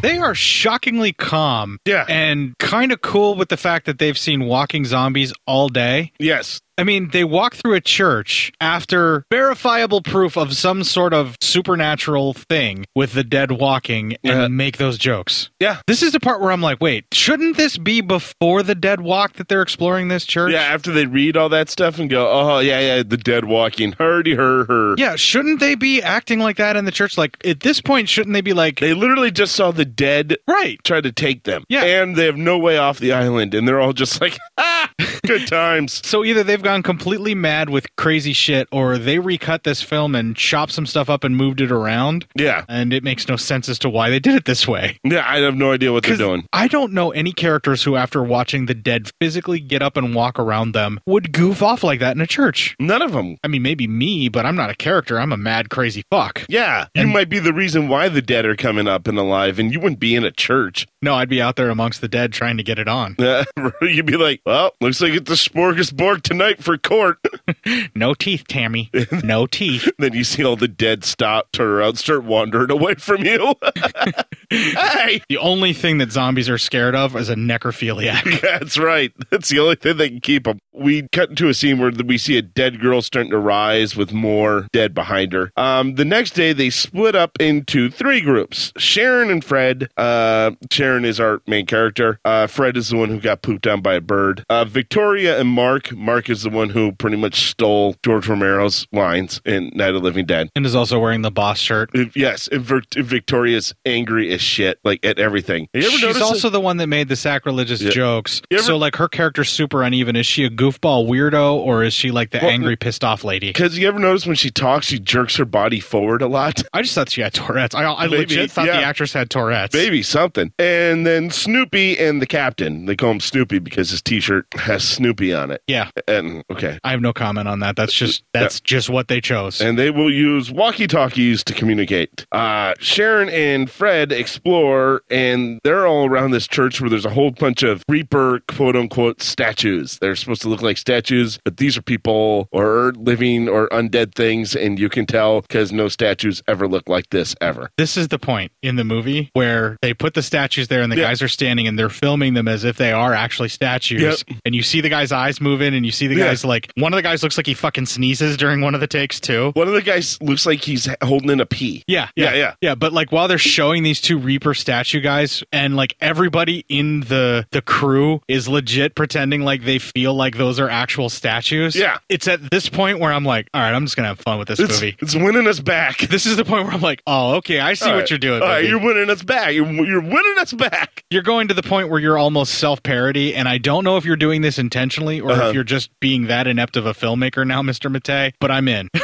A: They are shockingly calm. Yeah. And kind of cool with the fact that they've seen walking zombies all day.
B: Yes.
A: I mean, they walk through a church after verifiable proof of some sort of supernatural thing with the dead walking and make those jokes.
B: Yeah.
A: This is the part where I'm like, wait, shouldn't this be before the dead walk that they're exploring this church?
B: Yeah, after they read all that stuff and go, oh, yeah, yeah, the dead walking, herdy, her, her.
A: Yeah, shouldn't they be acting like that in the church? Like at this point, shouldn't they be like
B: they literally just saw the dead
A: right
B: try to take them? Yeah, and they have no way off the island, and they're all just like, ah, good times.
A: So either they've gone completely mad with crazy shit, or they recut this film and chopped some stuff up and moved it around.
B: Yeah,
A: and it makes no sense as to why they did it this way.
B: yeah, I have no idea what they're doing.
A: I don't know any characters who, after watching the dead physically get up and walk around them, would goof off like that in a church.
B: None of them.
A: I mean, maybe me, but I'm not a character. I'm a mad, crazy fuck.
B: Yeah, you might be the reason why the dead are coming up and alive, and you wouldn't be in a church.
A: No, I'd be out there amongst the dead trying to get it on.
B: Uh, you'd be like, well, looks like it's a smorgasbord tonight for court.
A: no teeth, Tammy. No teeth.
B: then you see all the dead stop, turn around, start wandering away from you.
A: The only thing that zombies are scared of is a necrophiliac.
B: That's right. That's the only thing that can keep them. We cut into a scene where we see a dead girl starting to rise with more dead behind her. Um, the next day, they split up into three groups Sharon and Fred. Uh, Sharon is our main character. Uh, Fred is the one who got pooped on by a bird. Uh, Victoria. Victoria and Mark. Mark is the one who pretty much stole George Romero's lines in Night of the Living Dead.
A: And is also wearing the boss shirt.
B: Yes, and Vic- Victoria's angry as shit, like at everything. Have you ever
A: She's
B: noticed
A: also the one that made the sacrilegious
B: Yeah.
A: jokes.
B: You ever-
A: so, like, her character's super uneven. Is she a goofball weirdo or is she like the
B: Well,
A: angry, pissed off lady?
B: Because you ever notice when she talks, she jerks her body forward a lot.
A: I just thought she had Tourette's. I, I legit thought the actress had Tourette's.
B: Maybe something. And then Snoopy and the captain. They call him Snoopy because his T-shirt has Snoopy on it.
A: Yeah.
B: And okay.
A: I have no comment on that. That's just that's just what they chose.
B: And they will use walkie-talkies to communicate. Uh, Sharon and Fred explore, and they're all around this church where there's a whole bunch of Reaper quote-unquote statues. They're supposed to look like statues, but these are people or living or undead things, and you can tell because no statues ever look like this ever.
A: This is the point in the movie where they put the statues there and the guys are standing and they're filming them as if they are actually statues.
B: Yep.
A: And you see the guy's eyes moving and you see the
B: Yeah.
A: guy's like one of the guys looks like he fucking sneezes during one of the takes too.
B: One of the guys looks like he's holding in a pee.
A: Yeah,
B: Yeah,
A: yeah,
B: yeah.
A: yeah. But like while they're showing these two Reaper statue guys, and like everybody in the the crew is legit pretending like they feel like those are actual statues.
B: Yeah.
A: it's at this point where I'm like, all right, I'm just gonna have fun with this
B: It's-
A: movie.
B: It's winning us back.
A: This is the point where I'm like, oh, okay, I see
B: All
A: what
B: right.
A: you're doing.
B: All right,
A: baby.
B: you're winning us back. You're, you're winning us back.
A: You're going to the point where you're almost self parody, and I don't know if you're doing this intentionally or
B: Uh-huh.
A: if you're just being that inept of a filmmaker now, Mr. Mate, but I'm in.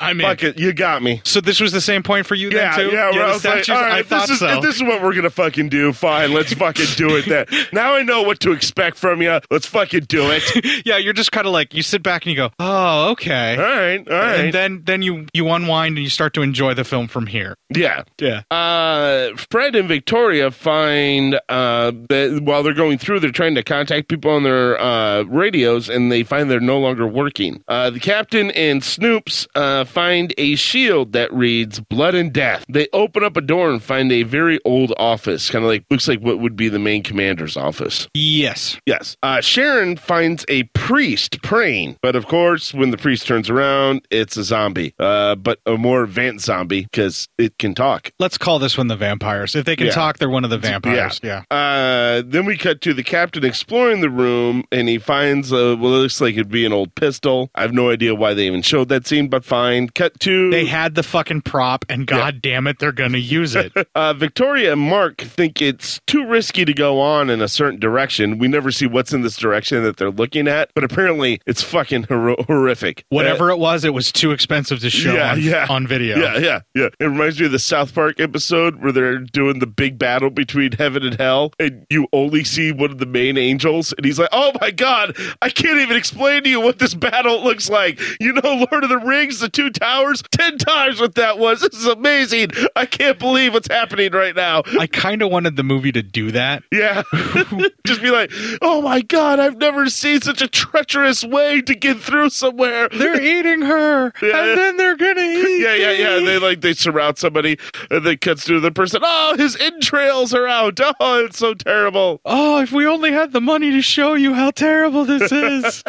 A: I'm in.
B: Fuck it, you got me.
A: So this was the same point for you
B: Yeah,
A: then too?
B: yeah,
A: the
B: well, I was like,
A: statues?
B: all right,
A: I
B: if
A: thought
B: this is,
A: so.
B: if this is what we're gonna fucking do. Fine, let's fucking do it. Then now I know what to expect from you. Let's fucking do it.
A: yeah, you're just kind of like you sit back and you go, "Oh, okay, all
B: right, all right."
A: and then then you you unwind and you start to enjoy the film from here.
B: Yeah.
A: Yeah.
B: Uh, Fred and Victoria find uh, that while they're going through, they're trying to contact people on their uh, radios, and they find they're no longer working. Uh, the captain and Snoops uh, find a shield that reads "Blood and Death." They open up a door and find a very old office, kind of like looks like what would be the main commander's office.
A: Yes.
B: Yes. Uh, Sharon finds a priest praying, but of course, when the priest turns around, it's a zombie, uh, but a more advanced zombie because it can talk.
A: Let's call this one the vampires. If they can
B: Yeah.
A: talk, they're one of the vampires. Yeah.
B: Uh, then we cut to the captain exploring the room, and he finds a, well, it looks like it'd be an old pistol. I have no idea why they even showed that scene, but fine. Cut to
A: They had the fucking prop, and god damn it, they're gonna use it.
B: uh, Victoria and Mark think it's too risky to go on in a certain direction. We never see what's in this direction that they're looking at, but apparently it's fucking hor- horrific.
A: Whatever it was, it was too expensive to show on, on video.
B: Yeah, yeah, yeah. It reminds me of the South Park episode where they're doing the big battle between heaven and hell, and you only see one of the main angels, and he's like, "Oh my god, I can't even explain to you what this battle looks like." You know, Lord of the Rings, the Two Towers, ten times what that was. This is amazing. I can't believe what's happening right now.
A: I kind of wanted the movie to do that.
B: Yeah. Just be like, oh my God, I've never seen such a treacherous way to get through somewhere.
A: They're eating her, and then they're gonna eat.
B: Yeah, yeah, yeah. They like they surround somebody and they cuts through the person. Oh, his entrails are out. Oh, it's so terrible.
A: Oh, if we only had the money to show you how terrible this is.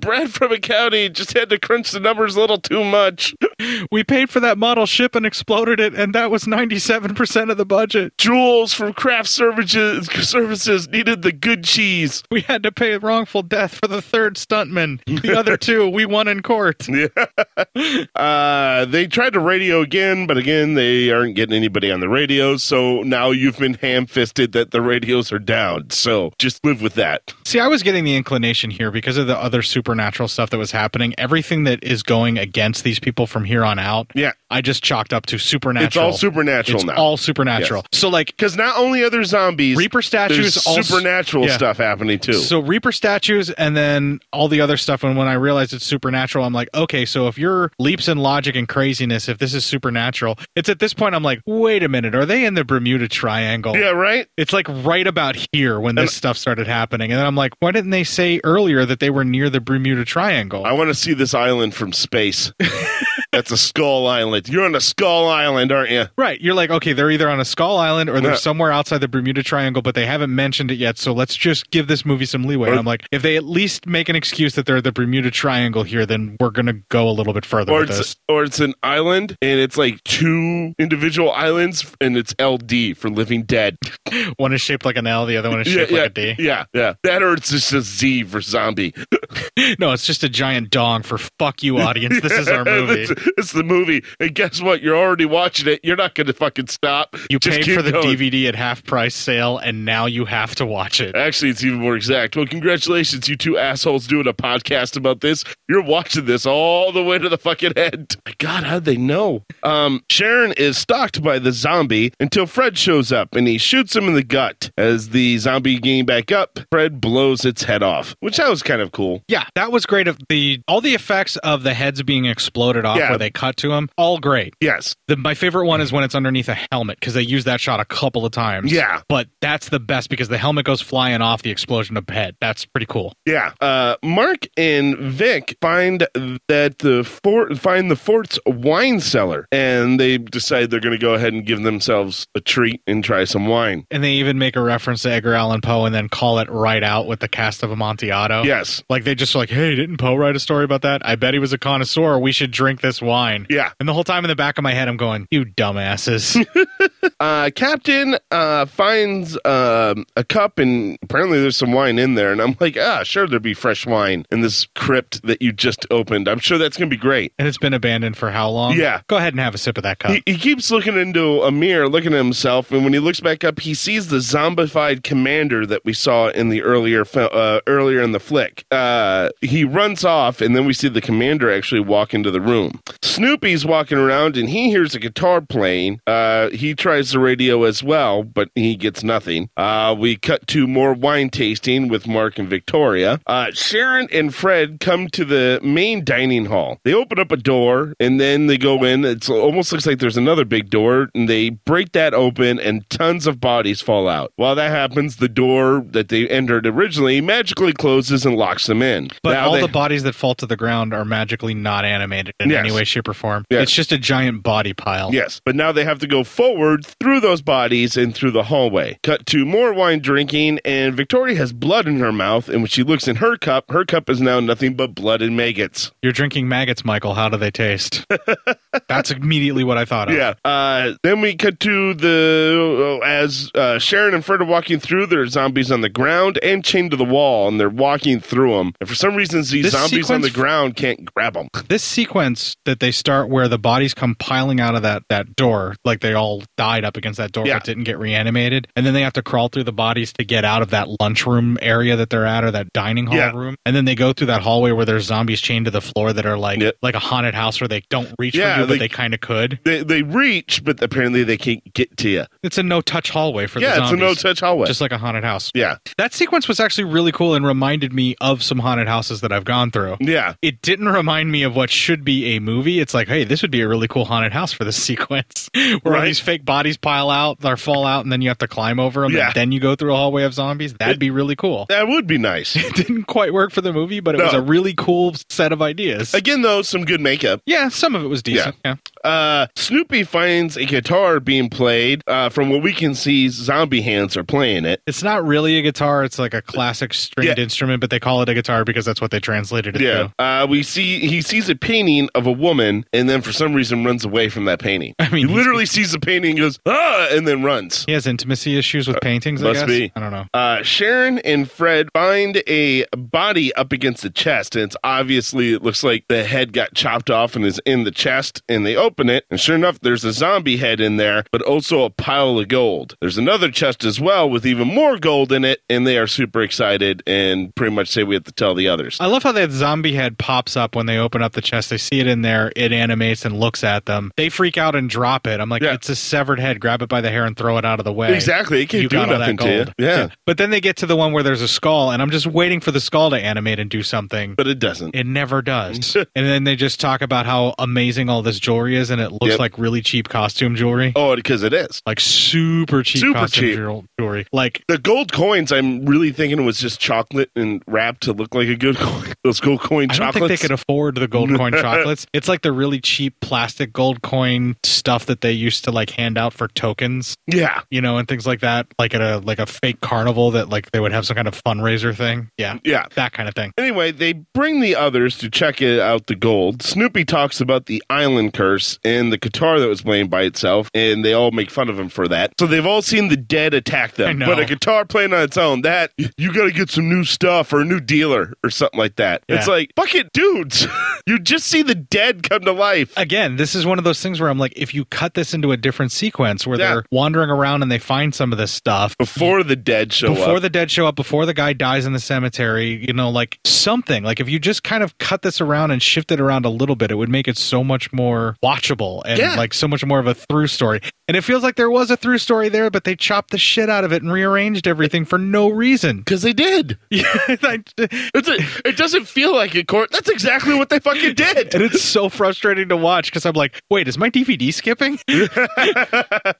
B: Brad from accounting just had to crunch the numbers a little too much.
A: we paid for that model ship and exploded it, and that was 97% of the budget.
B: Jules from craft services services needed the good cheese.
A: We had to pay wrongful death for the third stuntman. The other two, we won in court.
B: Uh, they tried to radio again, but again, they aren't getting anybody on the radio. So now you've been ham fisted that the radios are down. So just live with that.
A: See, I was getting the inclination here because of the other supernatural stuff that was happening. Everything that is going against these people from here on out,
B: Yeah.
A: I just chalked up to supernatural.
B: It's all supernatural
A: It's
B: now.
A: all supernatural.
B: Yes.
A: So, like,
B: Because not only are there zombies,
A: Reaper statues,
B: there's
A: also-
B: supernatural
A: yeah.
B: stuff happening too.
A: So Reaper statues and then all the other stuff. And when I realized it's supernatural, I'm like, okay, so if your leaps in logic and craziness, if this is supernatural, it's at this point I'm like, wait a minute, are they in the Bermuda Triangle?
B: yeah, right.
A: It's like right about here when this stuff started happening. And then I'm like, why didn't they say earlier that they were near the Bermuda Triangle?
B: I want to see this island from space. That's a skull island. You're on a skull island, aren't you?
A: Right. You're like, okay, they're either on a skull island or they're
B: Yeah.
A: somewhere outside the Bermuda Triangle, but they haven't mentioned it yet. So let's just give this movie some leeway. And I'm like, if they at least make an excuse that they're at the Bermuda Triangle here, then we're going to go a little bit further
B: Or
A: with this.
B: it's, or it's an island and it's like two individual islands and it's LD for living dead.
A: One is shaped like an L, the other one is shaped
B: yeah,
A: like a D.
B: Yeah, yeah. That or it's just a Z for zombie.
A: No, it's just a giant dong for fuck you, audience. This is our movie.
B: it's, it's the movie. And guess what? You're already watching it. You're not going to fucking stop.
A: You
B: Just
A: paid
B: keep
A: for the
B: going.
A: DVD at half price sale, and now you have to watch it.
B: Actually, it's even more exact. Well, congratulations, you two assholes doing a podcast about this. You're watching this all the way to the fucking end. My God, how'd they know? Um, Sharon is stalked by the zombie until Fred shows up and he shoots him in the gut. As the zombie getting back up, Fred blows its head off, which that was kind of cool.
A: Yeah, that was great. Of the all the effects of the heads being exploded off
B: Yeah.
A: where they cut to them, all great.
B: Yes.
A: The, my favorite one is when it's underneath a helmet because they use that shot a couple of times.
B: Yeah.
A: but that's the best because the helmet goes flying off the explosion of head. That's pretty cool.
B: Yeah. Uh, Mark and Vic find that the fort find the fort's wine cellar, and they decide they're going to go ahead and give themselves a treat and try some wine.
A: And they even make a reference to Edgar Allan Poe and then call it right out with the cast of Amontillado.
B: Yes.
A: Like they just like, hey, didn't Poe write a story about that? I bet he was a connoisseur. We should drink this wine.
B: Yeah.
A: And the whole time in the back of my head, I'm going, you dumbasses.
B: Uh, Captain uh, finds um, a cup, and apparently there's some wine in there. And I'm like, ah, sure, there'd be fresh wine in this crypt that you just opened. I'm sure that's going to be great.
A: and it's been abandoned for how long?
B: Yeah.
A: Go ahead and have a sip of that cup.
B: He, he keeps looking into a mirror, looking at himself, and when he looks back up, he sees the zombified commander that we saw in the earlier fil- uh, earlier in the flick. Uh, he runs off, and then we see the commander actually walk into the room. Snoopy's walking around, and he hears a guitar playing. Uh, he tries the radio as well, but he gets nothing. Uh, we cut to more wine tasting with Mark and Victoria. Uh, Sharon and Fred come to the main dining hall. They open up a door and then they go in. It's almost looks like there's another big door, and they break that open, and tons of bodies fall out. While that happens, the door that they entered originally magically closes and locks them in.
A: But
B: Now
A: all
B: they-
A: the bodies that fall to the ground are magically not animated in
B: Yes.
A: any way, shape, or form.
B: Yes.
A: It's just a giant body pile.
B: Yes, but now they have to go forward through those bodies and through the hallway. Cut to more wine drinking, and Victoria has blood in her mouth. And when she looks in her cup, her cup is now nothing but blood and maggots.
A: You're drinking maggots, Michael. How do they taste? That's immediately what I thought of.
B: Yeah. Uh, then we cut to the as uh, Sharon and Fred are walking through. There are zombies on the ground and chained to the wall, and they're walking through them. And for some reason, these
A: This
B: zombies on
A: sequence-
B: the ground can't grab them.
A: This sequence that they start where the bodies come piling out of that, that door, like they all died up against that door
B: Yeah.
A: but didn't get reanimated, and then they have to crawl through the bodies to get out of that lunchroom area that they're at or that dining hall
B: Yeah.
A: room, and then they go through that hallway where there's zombies chained to the floor that are like like a haunted house where they don't reach
B: Yeah,
A: for you,
B: they-
A: but they kind of could.
B: They they reach, but apparently they can't get to you.
A: It's a no-touch hallway for
B: Yeah,
A: the
B: it's a
A: zombies.
B: no-touch hallway.
A: just like a haunted house.
B: Yeah.
A: That sequence was actually really cool and reminded me of some haunted houses that I've gone through.
B: Yeah.
A: It didn't remind me of what should be a movie. It's like, hey, this would be a really cool haunted house for this sequence where all these fake bodies pile out or fall out and then you have to climb over them
B: Yeah.
A: and then you go through a hallway of zombies. That'd be really cool.
B: That would be nice.
A: It didn't quite work for the movie, but it was
B: No.
A: a really cool set of ideas.
B: Again, though, some good makeup.
A: Yeah, some of it was decent. Yeah.
B: Uh, Snoopy finds a guitar being played. Uh, from what we can see, zombie hands are playing it.
A: It's not really a guitar. It's like a classic stringed instrument, but they call it a guitar because that's what they translated it
B: Yeah.
A: to.
B: Uh, we see he sees a painting of a woman, and then for some reason runs away from that painting. I mean, he literally sees the painting, and goes ah, and then runs. Uh,
A: He has intimacy issues with paintings, I
B: Must
A: guess.
B: be.
A: I don't know.
B: Uh, Sharon and Fred find a body up against the chest, and it's obviously it looks like the head got chopped off and is in the chest. And they open it, and sure enough, there's a zombie head in there, but also a pile of gold. There's another chest as well with even more gold in it, and they are super excited and pretty much say we have to tell the others.
A: I love how that zombie head pops up when they open up the chest. They see it in there. It animates and looks at them. They freak out and drop it. I'm like, it's a severed head. Grab it by the hair and throw it out of the way.
B: Exactly. It can't do
A: got all that
B: nothing to you.
A: gold.
B: Yeah.
A: But then they get to the one where there's a skull, and I'm just waiting for the skull to animate and do something.
B: But it doesn't.
A: It never does. and then they just talk about how amazing all this jewelry is, and it looks
B: Yep.
A: like really cheap costume jewelry.
B: Oh, because it is
A: like super cheap,
B: super
A: costume
B: cheap
A: jewel- jewelry. Like
B: the gold coins, I'm really thinking was just chocolate and wrapped to look like a good coin. Those gold coin
A: I don't
B: chocolates.
A: think they could afford the gold coin chocolates. It's like the really cheap plastic gold coin stuff that they used to like hand out for tokens.
B: Yeah,
A: you know, and things like that, like at a like a fake carnival that like they would have some kind of fundraiser thing. Yeah,
B: Yeah.
A: that kind of thing.
B: Anyway, they bring the others to check it out the gold. Snoopy talks about the island curse and the guitar that was playing by itself, and they all make fun of him for that. So they've all seen the dead attack them,
A: I know.
B: but a guitar playing on its own, that you got to get some new stuff or a new dealer or something like that. It's
A: Yeah.
B: like, bucket dudes, you just see the dead come to life.
A: Again, this is one of those things where I'm like, if you cut this into a different sequence where
B: Yeah.
A: they're wandering around and they find some of this stuff
B: before the dead show
A: before
B: up.
A: the dead show up, before the guy dies in the cemetery, you know, like something. Like if you just kind of cut this around and shift it around a little bit, it would make it so much more watchable and
B: Yeah.
A: like so much more of a through story. And it feels like there was a through story there, but they chopped the shit out of it and rearranged everything for no reason.
B: Because they did.
A: Yeah,
B: it's a, it doesn't feel like a court. That's exactly what they fucking did.
A: and it's so frustrating to watch because I'm like, wait, is my DVD skipping?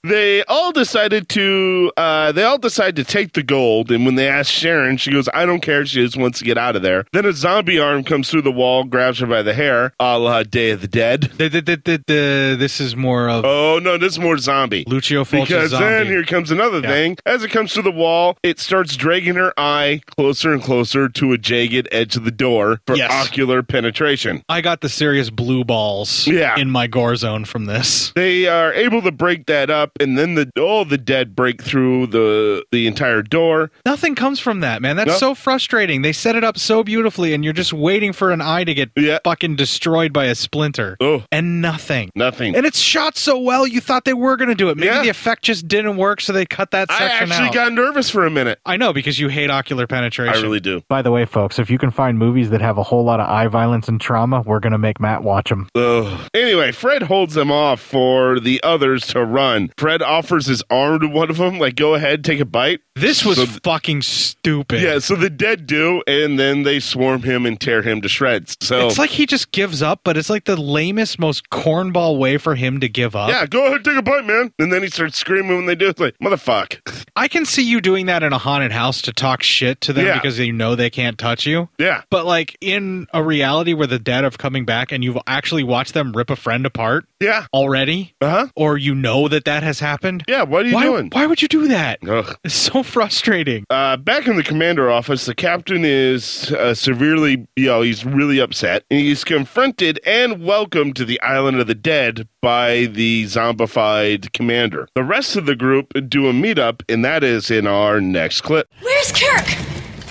B: they all decided to uh, they all decide to take the gold and when they ask sharon she goes i don't care she just wants to get out of there then a zombie arm comes through the wall grabs her by the hair a la day of the dead
A: The- the- the- the- the- this is more of
B: oh no this is more zombie
A: Lucio Fulci's
B: because then
A: zombie.
B: here comes another thing as it comes through the wall it starts dragging her eye closer and closer to a jagged edge of the door for
A: Yes.
B: ocular penetration
A: I got the serious blue balls
B: Yeah.
A: in my gore zone from this.
B: They are able to break that up, and then the all the dead break through the the entire door.
A: Nothing comes from that, man. That's
B: No.
A: so frustrating. They set it up so beautifully, and you're just waiting for an eye to get fucking destroyed by a splinter. And nothing.
B: Oh. Nothing.
A: And it's shot so well, you thought they were going to do it. Maybe the effect just didn't work, so they cut that
B: I
A: section
B: actually
A: out.
B: got nervous for a minute.
A: I know because you hate ocular penetration.
B: I really do.
A: By the way, folks, if you can find movies that have a whole lot of eye violence and trauma, we're going to make Matt watch them.
B: Ugh. Anyway, Fred holds them off for the others to run. Fred offers his arm to one of them, like, go ahead, take a bite.
A: This was fucking stupid.
B: Yeah, so the dead do, and then they swarm him and tear him to shreds. So
A: It's like he just gives up, but it's like the lamest, most cornball way for him to give up.
B: yeah, go ahead, take a bite, man. And then he starts screaming when they do it. It's like, motherfuck.
A: I can see you doing that in a haunted house to talk shit to them
B: Yeah.
A: because you know they can't touch you.
B: Yeah.
A: But like in a reality where the dead have coming back and you've actually watched them rip a friend apart.
B: Yeah.
A: Already.
B: Uh huh.
A: Or you know that that has happened.
B: Yeah. What are you
A: why,
B: doing?
A: Why would you do that?
B: Ugh.
A: It's so frustrating.
B: Uh, back in the commander office, the captain is uh, severely, you know, he's really upset. And he's confronted and welcomed to the island of the dead by the zombified commander. The rest of the group do a meetup, and that is in our next clip.
L: Where's Kirk?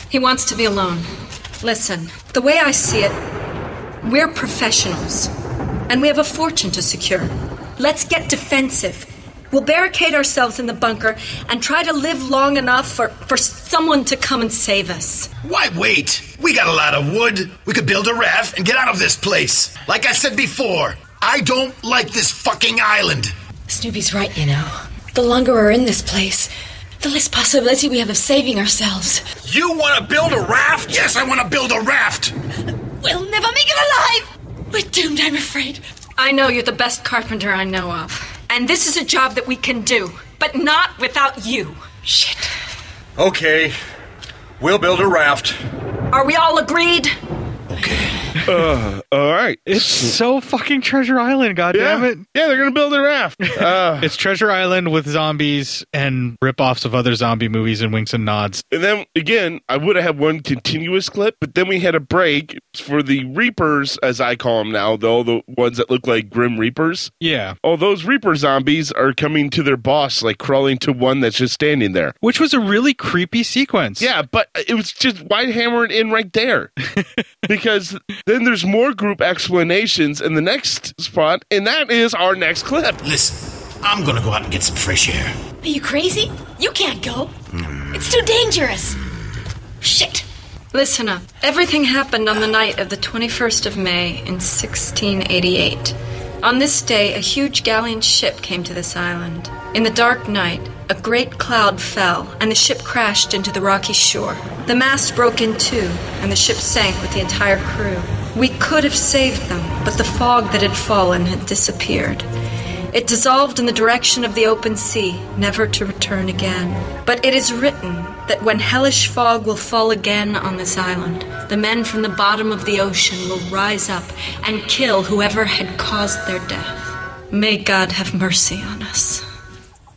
L: He wants to be alone. Listen, the way I see it, we're professionals, and we have a fortune to secure. Let's get defensive. We'll barricade ourselves in the bunker and try to live long enough for, for someone to come and save us.
M: Why wait? We got a lot of wood. We could build a raft and get out of this place. Like I said before, I don't like this fucking island.
L: Snoopy's right, you know. The longer we're in this place, the less possibility we have of saving ourselves.
M: You want to build a raft? Yes, I want to build a raft.
L: We'll never make it alive! We're doomed, I'm afraid. I know you're the best carpenter I know of. And this is a job that we can do, but not without you. Shit.
J: Okay, we'll build a raft.
L: Are we all agreed?
B: Uh, all right.
A: It's so fucking Treasure Island, God damn it.
B: Yeah, they're going to build a raft. Uh,
A: It's Treasure Island with zombies and ripoffs of other zombie movies and winks and nods.
B: and then again, I would have had one continuous clip, but then we had a break for the Reapers, as I call them now, though, the ones that look like Grim Reapers.
A: Yeah.
B: Oh, those Reaper zombies are coming to their boss, like crawling to one that's just standing there.
A: Which was a really creepy sequence.
B: Yeah, but it was just why hammer it in right there? because then there's more group explanations in the next spot, and that is our next clip.
M: Listen, I'm gonna go out and get some fresh air.
L: Are you crazy? You can't go. It's too dangerous. Shit. Listen up. Everything happened on the night of the 21st of May in 1688. On this day, a huge galleon ship came to this island. In the dark night, a great cloud fell, and the ship crashed into the rocky shore. The mast broke in two, and the ship sank with the entire crew. We could have saved them, but the fog that had fallen had disappeared. It dissolved in the direction of the open sea, never to return again. But it is written that when hellish fog will fall again on this island, the men from the bottom of the ocean will rise up and kill whoever had caused their death. May God have mercy on us.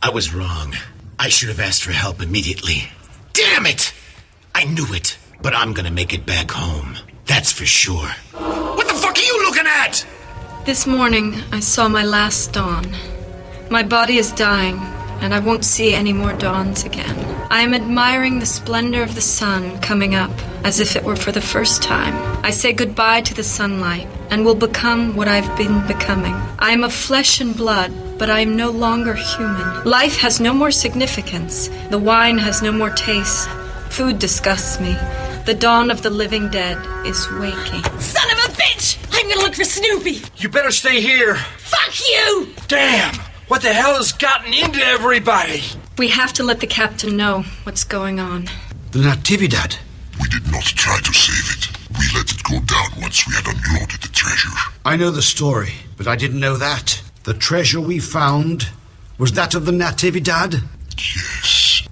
M: I was wrong. I should have asked for help immediately. Damn it! I knew it, but I'm gonna make it back home. That's for sure. What the fuck are you looking at?
L: This morning, I saw my last dawn. My body is dying, and I won't see any more dawns again. I am admiring the splendor of the sun coming up as if it were for the first time. I say goodbye to the sunlight and will become what I've been becoming. I am of flesh and blood, but I am no longer human. Life has no more significance. The wine has no more taste. Food disgusts me. The dawn of the living dead is waking.
K: Son of a bitch! I'm gonna look for Snoopy!
N: You better stay here.
K: Fuck you!
N: Damn! What the hell has gotten into everybody?
L: We have to let the captain know what's going on.
I: The Natividad.
O: We did not try to save it. We let it go down once we had unloaded the treasure.
I: I know the story, but I didn't know that. The treasure we found was that of the Natividad?
O: Yes.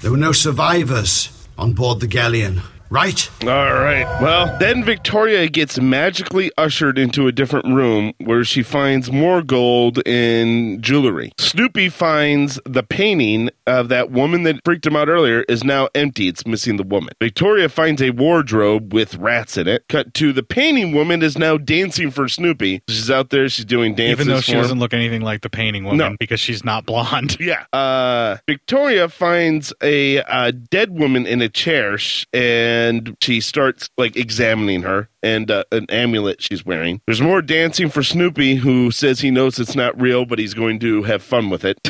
I: There were no survivors on board the galleon, right?
B: All right. Well, then Victoria gets magically ushered into a different room where she finds more gold and jewelry. Snoopy finds the painting of that woman that freaked him out earlier is now empty. It's missing the woman. Victoria finds a wardrobe with rats in it. Cut to the painting woman is now dancing for Snoopy. She's out there. She's doing dances.
A: Even though she
B: for him.
A: doesn't look anything like the painting woman
B: No.
A: because she's not blonde.
B: Yeah. Uh, Victoria finds a uh, dead woman in a chair sh- and she starts like examining her and uh, an amulet she's wearing. There's more dancing for Snoopy, who says he knows it's not real, but he's going to have fun with it.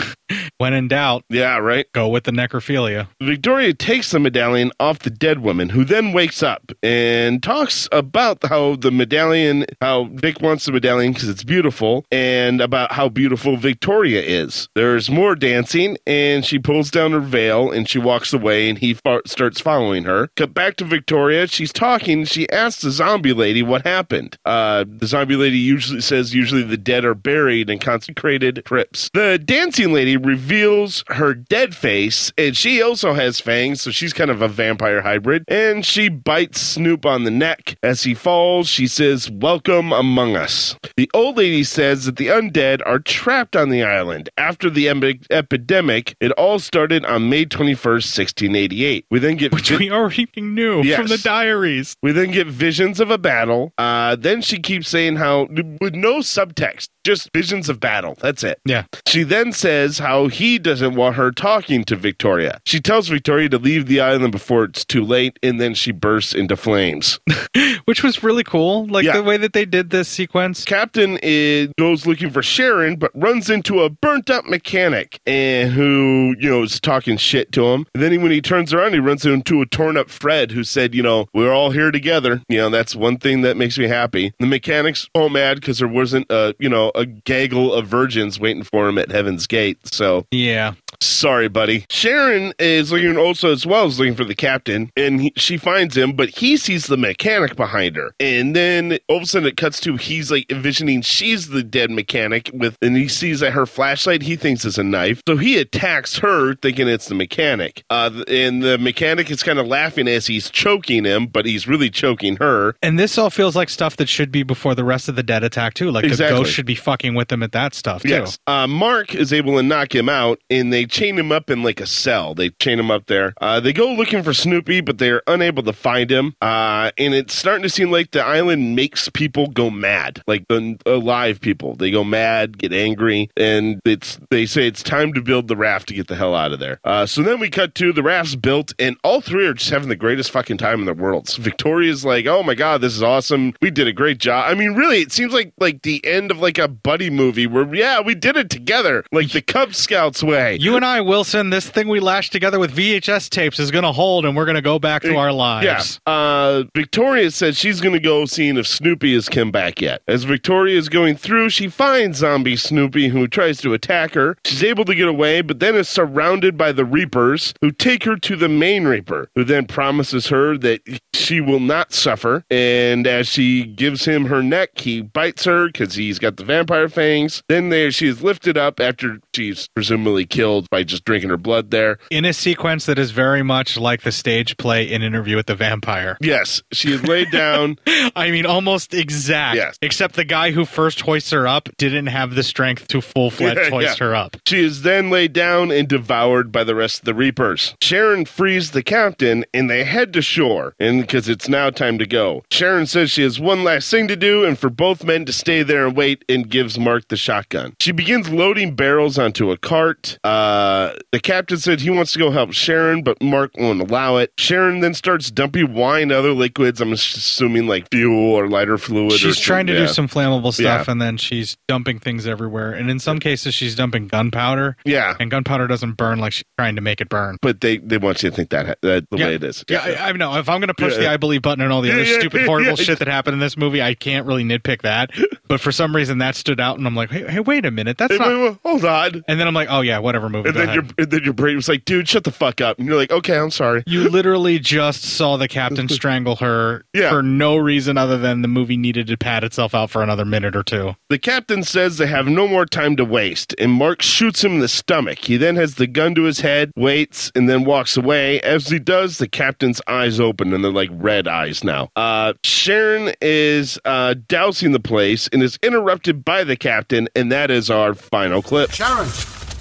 A: When in doubt,
B: yeah, right.
A: Go with the necrophilia.
B: Victoria takes the medallion off the dead woman, who then wakes up and talks about how the medallion, how Vic wants the medallion because it's beautiful, and about how beautiful Victoria is. There's more dancing, and she pulls down her veil and she walks away, and he far- starts following her. Cut back to Victoria. She's talking. She asks the zombie lady what happened. Uh, the zombie lady usually says usually the dead are buried in consecrated crypts. The dancing lady reveals her dead face, and she also has fangs, so she's kind of a vampire hybrid. And she bites Snoop on the neck. As he falls, she says, Welcome among us. The old lady says that the undead are trapped on the island. After the em- epidemic, it all started on May 21st, 1688. We then get. Which
A: we already knew from the diaries.
B: We then get visions of a battle. Uh, then she keeps saying how, with no subtext, just visions of battle. That's it.
A: Yeah.
B: She then says how he doesn't want her talking to Victoria. She tells Victoria to leave the island before it's too late, and then she bursts into flames.
A: Which was really cool. Like the way that they did this sequence.
B: Captain is, goes looking for Sharon, but runs into a burnt up mechanic and who, you know, is talking shit to him. And then he, when he turns around, he runs into a torn up Fred who said, you know, we're all here together. You know, that's one thing that makes me happy. The mechanic's all mad because there wasn't a, you know, a gaggle of virgins waiting for him at Heaven's Gate. So
A: Yeah.
B: Sorry, buddy. Sharon is looking also as well as looking for the captain, and he, she finds him, but he sees the mechanic behind her. And then all of a sudden it cuts to he's like envisioning she's the dead mechanic with, and he sees that her flashlight he thinks is a knife, so he attacks her thinking it's the mechanic. Uh, th- and the mechanic is kind of laughing as he's choking him, but he's really choking her.
A: And this all feels like stuff that should be before the rest of the dead attack too. Like
B: Exactly.
A: the ghost should be fucking with them at that stuff too.
B: Yes. Uh, Mark is able to knock him out, and they chain him up in like a cell. They chain him up there. Uh, they go looking for Snoopy, but they're unable to find him. Uh, and it's starting to seem like the island makes people go mad, like the alive people. They go mad, get angry, and it's they say it's time to build the raft to get the hell out of there. Uh, so then we cut to the raft's built, and all three are just having the greatest fucking time in the world. So Victoria's like, "Oh my god, this is awesome! We did a great job." I mean, really, it seems like like the end of like a buddy movie where yeah, we did it together, like the Cub Scouts way.
A: You and I, Wilson, this thing we lashed together with VHS tapes is gonna hold and we're gonna go back
B: E-
A: to our lives.
B: Yeah. Uh, Victoria said she's going to go seeing if Snoopy has come back yet. As Victoria is going through, she finds zombie Snoopy who tries to attack her. She's able to get away, but then is surrounded by the Reapers who take her to the main Reaper, who then promises her that she will not suffer. And as she gives him her neck, he bites her because he's got the vampire fangs. Then there she is lifted up after she's presumably killed killed by just drinking her blood there.
A: in a sequence that is very much like the stage play in Interview with the Vampire.
B: Yes, she is laid down.
A: I mean, almost exact.
B: Yes.
A: Except the guy who first hoists her up didn't have the strength to full fledged
B: Yeah,
A: hoist
B: yeah.
A: her up.
B: She is then laid down and devoured by the rest of the Reapers. Sharon frees the captain and they head to shore and because it's now time to go. Sharon says she has one last thing to do and for both men to stay there and wait and gives Mark the shotgun. She begins loading barrels onto a cart. Uh, the captain said he wants to go help Sharon, but Mark won't allow it. Sharon then starts dumping wine, other liquids, I'm assuming like fuel or lighter fluid. or
A: She's trying to
B: something,
A: do
B: yeah.
A: some flammable
B: Yeah.
A: stuff and then she's dumping things everywhere. And in some cases, she's dumping gunpowder.
B: Yeah.
A: And gunpowder doesn't burn like she's trying to make it burn.
B: But they, they want you to think that, ha- that the way it is.
A: Yeah, I, I know. If I'm going to push
B: Yeah.
A: the I believe button and all the
B: Yeah,
A: other
B: yeah,
A: stupid,
B: yeah,
A: horrible
B: yeah.
A: shit that happened in this movie, I can't really nitpick that. But for some reason, that stood out, and I'm like, hey, hey wait a minute, that's
B: Hey,
A: not.
B: wait, wait, hold on.
A: And then I'm like, oh yeah, whatever movie.
B: And then, your, and then your brain was like, dude, shut the fuck up. And you're like, okay, I'm sorry.
A: You literally just saw the captain strangle her
B: Yeah.
A: for no reason other than the movie needed to pad itself out for another minute or two.
B: The captain says they have no more time to waste, and Mark shoots him in the stomach. He then has the gun to his head, waits, and then walks away. As he does, the captain's eyes open, and they're like red eyes now. Uh, Sharon is uh, dousing the place and is interrupted by the captain, and that is our final clip.
I: Sharon,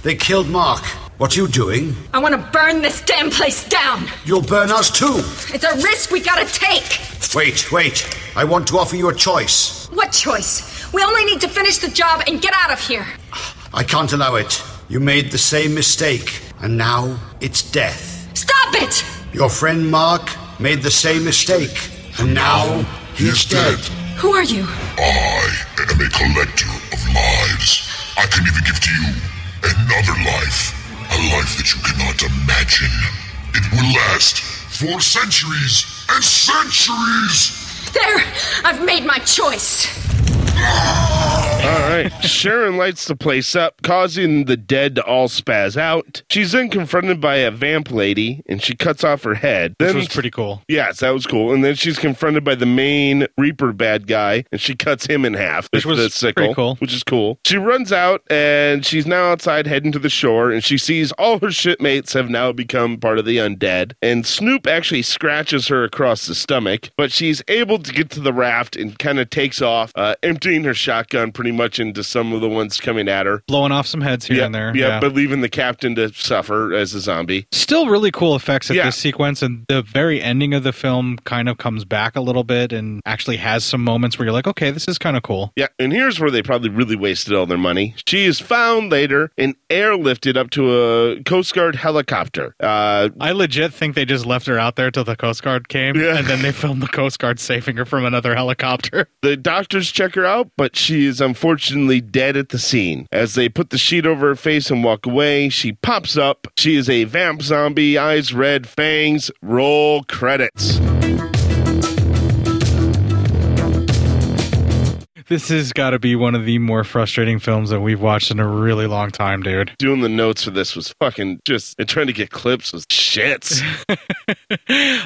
I: they killed Mark. What are you doing?
L: I want to burn this damn place down.
I: You'll burn us too.
L: It's a risk we gotta take.
I: Wait, wait. I want to offer you a choice.
L: What choice? We only need to finish the job and get out of here.
I: I can't allow it. You made the same mistake, and now it's death.
L: Stop it!
I: Your friend Mark made the same mistake, and now he's dead.
L: Who are you?
O: I am a collector of lives. I can even give to you another life. A life that you cannot imagine. It will last for centuries and centuries.
L: There! I've made my choice.
B: All right. Sharon lights the place up, causing the dead to all spaz out. She's then confronted by a vamp lady, and she cuts off her head.
A: Which
B: Then
A: was pretty cool.
B: Yes, that was cool. And then she's confronted by the main Reaper bad guy, and she cuts him in half.
A: Which
B: with the
A: was
B: sickle,
A: pretty cool.
B: Which is cool. She runs out, and she's now outside heading to the shore, and she sees all her shipmates have now become part of the undead. And Snoop actually scratches her across the stomach, but she's able to get to the raft and kind of takes off, uh, emptying her shotgun pretty much into some of the ones coming at her.
A: Blowing off some heads here
B: yeah,
A: and there.
B: yeah, but leaving the captain to suffer as a zombie.
A: Still really cool effects at
B: Yeah.
A: this sequence, and the very ending of the film kind of comes back a little bit and actually has some moments where you're like, okay, this is kind of cool.
B: Yeah, and here's where they probably really wasted all their money. She is found later and airlifted up to a Coast Guard helicopter. Uh,
A: I legit think they just left her out there till the Coast Guard came, and then they filmed the Coast Guard saving her from another helicopter.
B: the doctors check her out, but she is unfortunately dead at the scene. As they put the sheet over her face and walk away, she pops up. She is a vamp zombie, eyes red, fangs. Roll credits.
A: This has got to be one of the more frustrating films that we've watched in a really long time, dude.
B: Doing the notes for this was fucking just and trying to get clips was shits.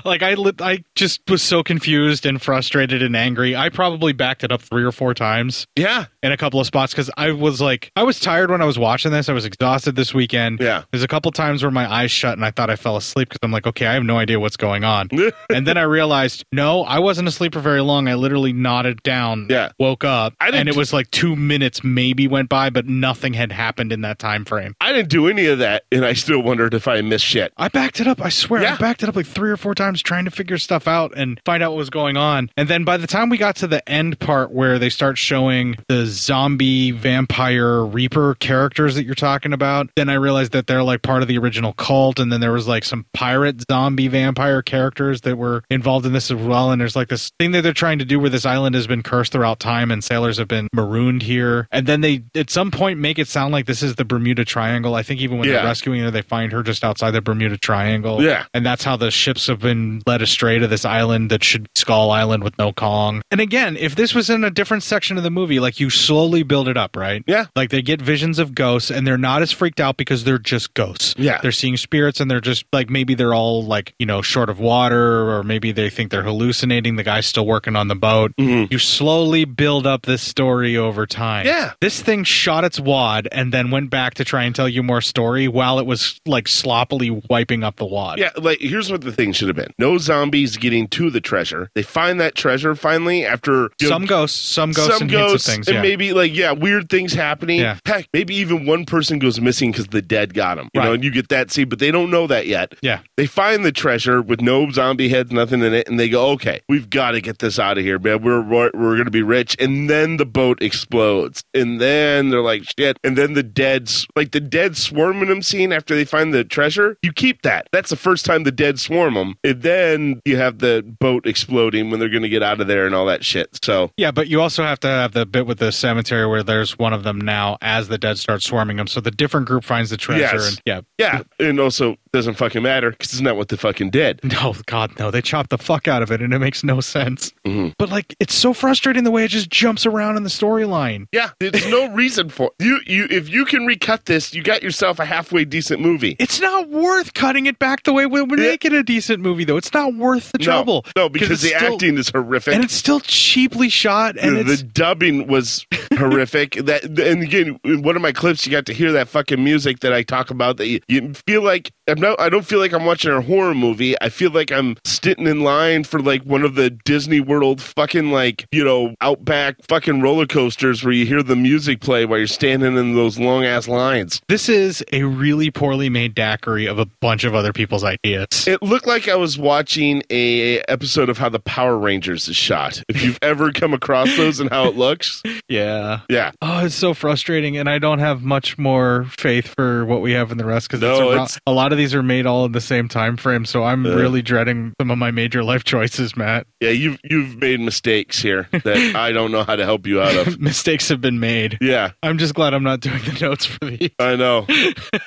A: Like I, lit I just was so confused and frustrated and angry. I probably backed it up three or four times.
B: Yeah,
A: in a couple of spots because I was like, I was tired when I was watching this. I was exhausted this weekend. Yeah, there's a couple times where my eyes shut and I thought I fell asleep because I'm like, okay, I have no idea what's going on. and then I realized, no, I wasn't asleep for very long. I literally nodded down. Yeah, woke up,
B: I didn't-
A: and it was like two minutes maybe went by, but nothing had happened in that time frame.
B: I didn't do any of that, and I still wondered if I missed shit.
A: I backed it up. I swear, I backed it up like three or four times trying to figure stuff out and find out what was going on. And then by the time we got to the end part where they start showing the zombie vampire reaper characters that you're talking about, then I realized that they're like part of the original cult. And then there was like some pirate zombie vampire characters that were involved in this as well. And there's like this thing that they're trying to do where this island has been cursed throughout time and sailors have been marooned here. And then they at some point make it sound like this is the Bermuda Triangle. I think even when
B: Yeah.
A: they're rescuing her, they find her just outside the Bermuda Triangle.
B: Yeah.
A: And that's how the ships have been led astray to this island that should be Skull Island with no Kong. And again, if this was in a different section of the movie, like you slowly build it up, right? Yeah. Like they get visions of ghosts and they're not as freaked out because they're just ghosts.
B: Yeah.
A: They're seeing spirits and they're just like maybe they're all like, you know, short of water or maybe they think they're hallucinating. The guy's still working on the boat. You slowly build up this story over time.
B: Mm-hmm. Yeah.
A: This thing shot its wad and then went back to try and tell you more story while it was like sloppily wiping up the wad.
B: Yeah, like here's what the thing should have been: no zombies getting to the treasure. They find that treasure finally after you know,
A: Some ghosts, some ghosts and hints of things,
B: and
A: yeah.
B: maybe like yeah, weird things happening.
A: Yeah.
B: Heck, maybe even one person goes missing because the dead got him. You know,
A: Right.
B: and you get that scene, but they don't know that yet.
A: Yeah.
B: They find the treasure with no zombie heads, nothing in it, and they go, "Okay, we've got to get this out of here, man. We're we're, we're going to be rich." And then the boat explodes, and then they're like, "Shit!" And then the dead, s- like the dead swarming them scene after they find the treasure, you keep that. That's the first time the dead swarm them, and then you have the boat exploding when they're going to get out of there and all that shit. So
A: Yeah, but you also have to have the bit with the cemetery where there's one of them now as the dead start swarming them. So the different group finds the treasure.
B: Yes.
A: And, yeah.
B: yeah, and also doesn't fucking matter because it's not what the fucking did.
A: No, God, no. They chopped the fuck out of it and it makes no sense.
B: Mm-hmm.
A: But like, it's so frustrating the way it just jumps around in the storyline.
B: Yeah, there's no reason for you. You if you can recut this, you got yourself a halfway decent movie.
A: It's not worth cutting it back the way we would make it a decent movie, though. It's not worth the
B: No,
A: trouble.
B: No, because
A: it's
B: the
A: still-
B: acting is horrific.
A: And it's still cheaply shot. And
B: the,
A: it's,
B: the dubbing was horrific. That and again, in one of my clips, you got to hear that fucking music that I talk about. That you, you feel like I'm not. I don't feel like I'm watching a horror movie. I feel like I'm sitting in line for like one of the Disney World fucking like you know outback fucking roller coasters where you hear the music play while you're standing in those long ass lines.
A: this is a really poorly made daiquiri of a bunch of other people's ideas.
B: It looked like I was watching a episode of how the Power Rangers is shot. If you've ever come across those and how it looks,
A: Yeah.
B: yeah.
A: Oh, it's so frustrating, and I don't have much more faith for what we have in the rest because
B: No, it's-
A: a lot of these are made all in the same time frame. So I'm
B: Uh.
A: really dreading some of my major life choices, Matt.
B: Yeah, you've you've made mistakes here that I don't know how to help you out of.
A: Mistakes have been made.
B: Yeah,
A: I'm just glad I'm not doing the notes for these,
B: I know.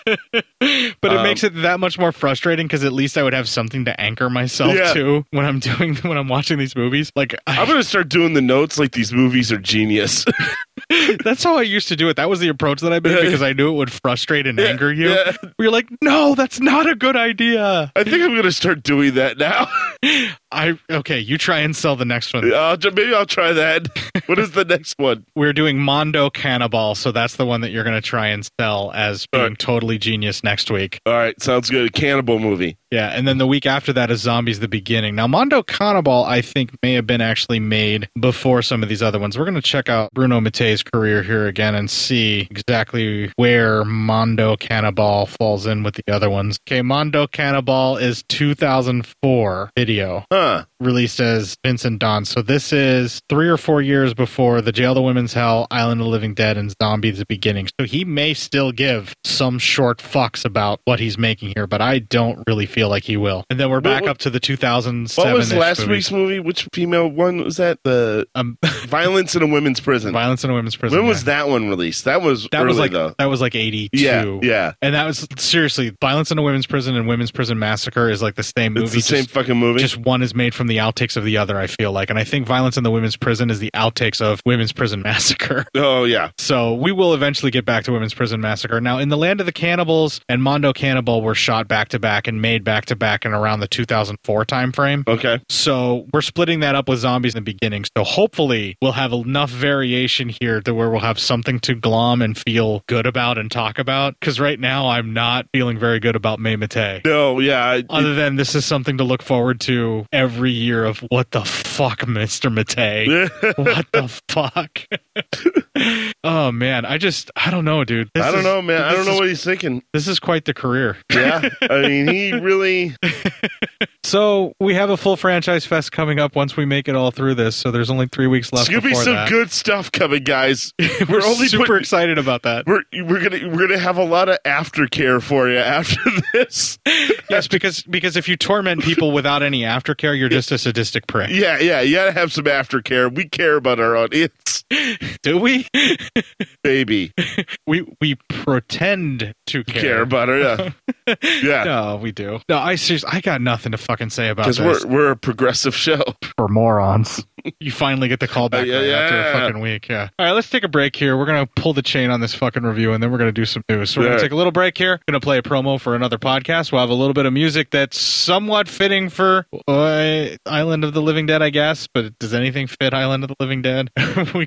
A: but it
B: Um,
A: makes it that much more frustrating because at least I would have something to anchor myself
B: Yeah.
A: to when I'm doing when I'm watching these movies. Like I,
B: I'm gonna start doing the notes like these movies are genius.
A: That's how I used to do it. That was the approach that I made because I knew it would frustrate and anger you.
B: yeah.
A: We're like, no, that's not a good idea.
B: I think I'm gonna start doing that now.
A: I okay, you try and sell the next one.
B: I'll, ju- maybe I'll try that. What is the next one?
A: We're doing Mondo Cannibal, so that's the one that you're going to try and sell as being totally genius next week.
B: All right, sounds good. Cannibal movie.
A: Yeah, and then the week after that is Zombies the Beginning. Now, Mondo Cannibal, I think, may have been actually made before some of these other ones. We're going to check out Bruno Mattei's career here again and see exactly where Mondo Cannibal falls in with the other ones. Okay, Mondo Cannibal is 2004 video.
B: Huh.
A: Released as Vincent Don. So this is three or four years before The Jail to Women's Hell, Island of the Living Dead, and Zombies the Beginning. So he may still give some short fucks about what he's making here, but I don't really feel like he will. And then we're back
B: What-
A: up to the 2007.
B: What was last week's movie? Which female one was that? The violence in a women's prison.
A: Um, Violence in a women's prison.
B: When was
A: yeah.
B: that one released? That was
A: That was
B: early,
A: like
B: though.
A: that was like 82.
B: Yeah, yeah.
A: And that was seriously Violence in a Women's Prison and Women's Prison Massacre is like the same movie.
B: It's the same fucking movie.
A: Just one is made from the outtakes of the other, I feel like. And I think Violence in the Women's Prison is the outtakes of Women's Prison Massacre.
B: oh yeah.
A: So we will eventually get back to Women's Prison Massacre. Now, in the Land of the Cannibals and Mondo Cannibal were shot back to back and made back to back in around the 2004 timeframe.
B: Okay.
A: So we're splitting that up with zombies in the beginning. So hopefully we'll have enough variation here to where we'll have something to glom and feel good about and talk about. Because right now I'm not feeling very good about May Mate.
B: No, yeah. I-
A: Other than this is something to look forward to every year of what the fuck, Mr. Mate. what the fuck? oh man, I just I don't know, dude. This
B: I don't
A: is-
B: know, man. I
A: this
B: don't know
A: is-
B: what he's thinking.
A: This is quite the career.
B: Yeah, I mean, he really.
A: So we have a full franchise fest coming up once we make it all through this. So there's only three weeks
B: It's
A: left.
B: gonna be
A: before
B: some
A: that.
B: good stuff coming, guys. we're,
A: We're super excited about that.
B: We're we're gonna we're gonna have a lot of aftercare for you after this.
A: Yes, because because if you torment people without any aftercare, you're just a sadistic prick.
B: Yeah, yeah, you gotta have some aftercare. We care about our audience.
A: Do we?
B: Baby.
A: we we pretend to care,
B: Care about her,
A: yeah.
B: Yeah.
A: No, we do. No, I seriously, I got nothing to fucking say about
B: Because
A: this.
B: we're, we're a progressive show.
A: For morons. you finally get the call back
B: Yeah,
A: right after a
B: yeah.
A: fucking week. Yeah. All right, let's take a break here. We're gonna pull the chain on this fucking review, and then we're gonna do some news. So we're gonna
B: Yeah.
A: take a little break here. Gonna play a promo for another podcast. We'll have a little bit of music that's somewhat fitting for uh, Island of the Living Dead, I guess. But does anything fit Island of the Living Dead? when we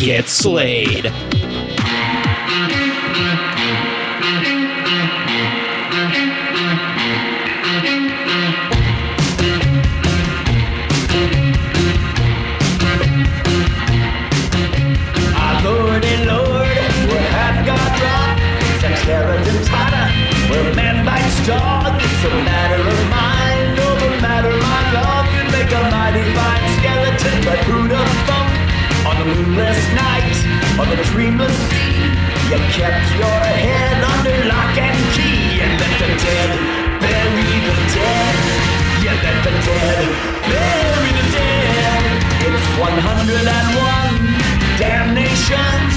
P: get slayed.
N: Our Lord and Lord, what have God wrought? Sex, terror, dentata, where man bites dog. It's a matter of mind over matter, my love. You make a mighty fine skeleton, but who'd have thunk? On the moonless night, on the dreamless sea, you kept your head under lock and key. And let the dead bury the dead. You let the dead bury the dead. It's 101 damnations.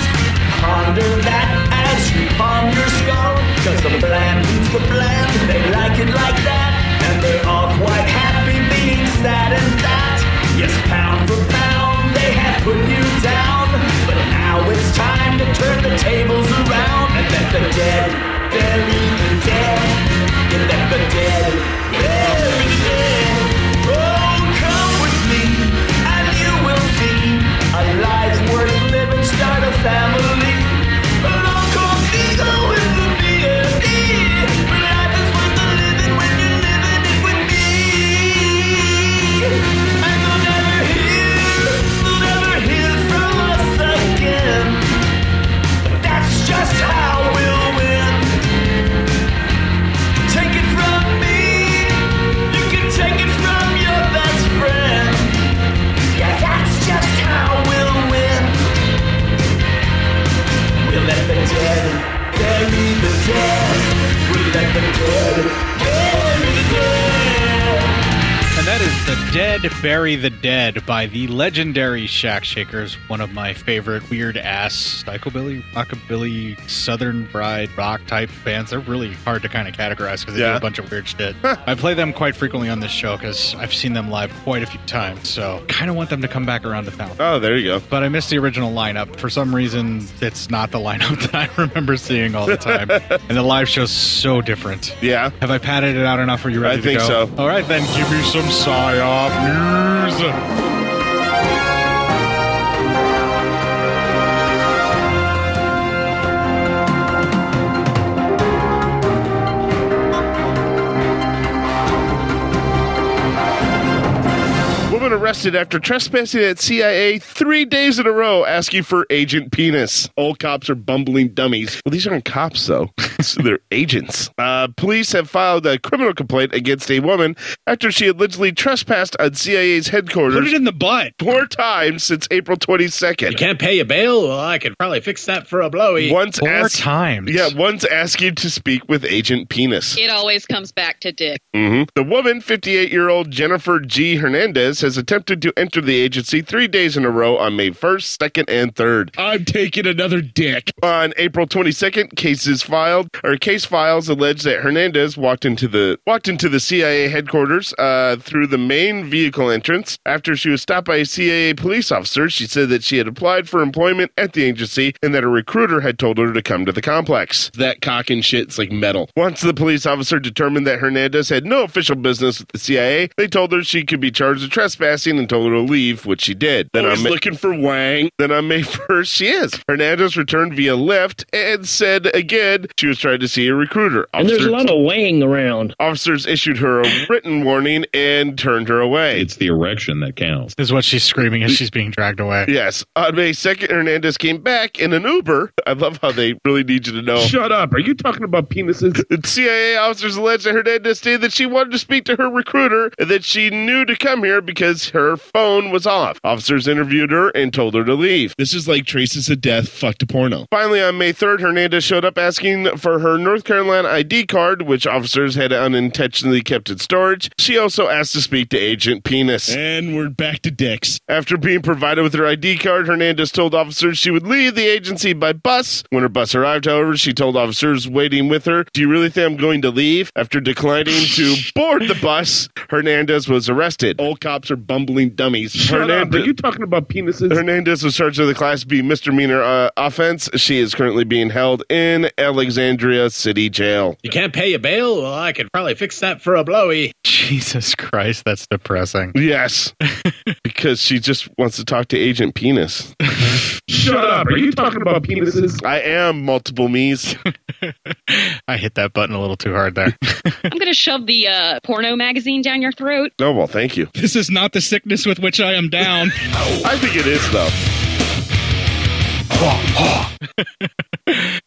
N: Ponder that as you palm your skull. Cause the bland means the bland, they like it like that. And they're all quite happy being sad and that. Yes, pound for pound, they had put you down. But now it's time to turn the tables around and let the dead bury the dead. And let the dead bury the dead. Oh, come with me and you will see a life worth living. Start a family. Along comes ego with the BFD. But life is worth the living when you're living it with me. And you'll never hear, you'll never hear from us again. But that's just how we'll win. Take it from me. You can take it from your best friend. Yeah, that's just how we'll win. We'll let the dead bury the dead. We'll let the dead bury the dead.
A: And that is The Dead Bury the Dead by the legendary Shack Shakers, one of my favorite weird ass psychobilly, rockabilly, southern bride rock type bands. They're really hard to kind of categorize because they do
B: Yeah.
A: a bunch of weird shit. I play them quite frequently on this show because I've seen them live quite a few times. So kind of want them to come back around to town.
B: Oh, there you go.
A: But I missed the original lineup. For some reason, it's not the lineup that I remember seeing all the time. and the live show's so different.
B: Yeah.
A: Have I padded it out enough? Are you
B: I
A: ready to
B: think
A: go?
B: so.
A: All right, then give me some psyop news.
B: Woman arrested after trespassing at CIA three days in a row asking for agent penis. All cops are bumbling dummies. Well, these aren't cops, though. So they're agents. Uh, police have filed a criminal complaint against a woman after she allegedly trespassed on CIA's headquarters. Put it
A: in the butt.
B: Four times since April 22nd. You
Q: can't pay a bail? Well, I could probably fix that for a blowy.
B: Once
Q: Four
B: asked,
A: times.
B: Yeah, once asking to speak with agent penis.
R: It always comes back to dick.
B: hmm The woman, 58 year old Jennifer G. Hernandez, has attempted attempted to enter the agency three days in a row on May 1st, 2nd, and 3rd. I'm taking another dick. On April 22nd, cases filed or case files allege that Hernandez walked into the walked into the CIA headquarters uh, through the main vehicle entrance. After she was stopped by a CIA police officer, she said that she had applied for employment at the agency and that a recruiter had told her to come to the complex. That cock and shit's like metal. Once the police officer determined that Hernandez had no official business with the CIA, they told her she could be charged with trespassing and told her to leave, which she did. Then
S: Always
B: looking for Wang. Then on May 1st, she is. Hernandez returned via lift and said again she was trying to see a recruiter.
S: And there's a
B: Officer-
S: lot of weighing around.
B: Officers issued her a written warning and turned her away.
A: It's the erection that counts. Is what she's screaming as she's being dragged away.
B: Yes. On May 2nd, Hernandez came back in an Uber. I love how they really need you to know.
S: Shut
B: up. Are you talking about penises? CIA officers alleged that Hernandez stated that she wanted to speak to her recruiter and that she knew to come here because her phone was off. Officers interviewed her and told her to leave. This is like traces of death fucked a porno. Finally, on May 3rd, Hernandez showed up asking for her North Carolina ID card, which officers had unintentionally kept in storage. She also asked to speak to Agent Penis. And we're back to dicks. After being provided with her ID card, Hernandez told officers she would leave the agency by bus. When her bus arrived, however, she told officers waiting with her, Do you really think I'm going to leave? After declining to board the bus, Hernandez was arrested. All cops are bumbling dummies.
S: Shut up. Are you
B: talking about penises? Hernandez was charged with a Class B misdemeanor uh, offense. She is currently being held in Alexandria City Jail.
Q: You can't pay your bail? Well, I could probably fix that for a blowy.
A: Jesus Christ, that's depressing.
B: Yes. because she just wants to talk to Agent Penis.
S: Shut up. Are you talking about penises?
B: I am multiple me's.
A: I hit that button a little too hard there.
R: I'm going to shove the uh, porno magazine down your throat.
B: oh, well, thank you.
A: this is not the sickness with which I am down.
B: I think it is, though.
A: Uh,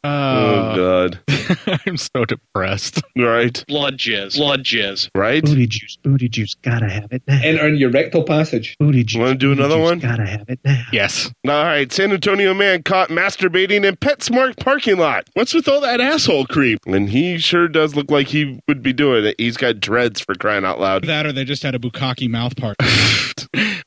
B: oh, God.
A: I'm so depressed.
B: Right.
T: Blood jizz. Blood jizz.
B: Right?
S: Booty juice. Booty juice. Gotta have it now.
T: And earn your rectal passage.
S: Booty juice.
B: Want to do another one?
S: Gotta have it now.
A: Yes.
B: All right. San Antonio man caught masturbating in PetSmart parking lot. What's with all that asshole creep? And he sure does look like he would be doing it. He's got dreads for crying out loud.
A: That or they just had a bukkake mouth part.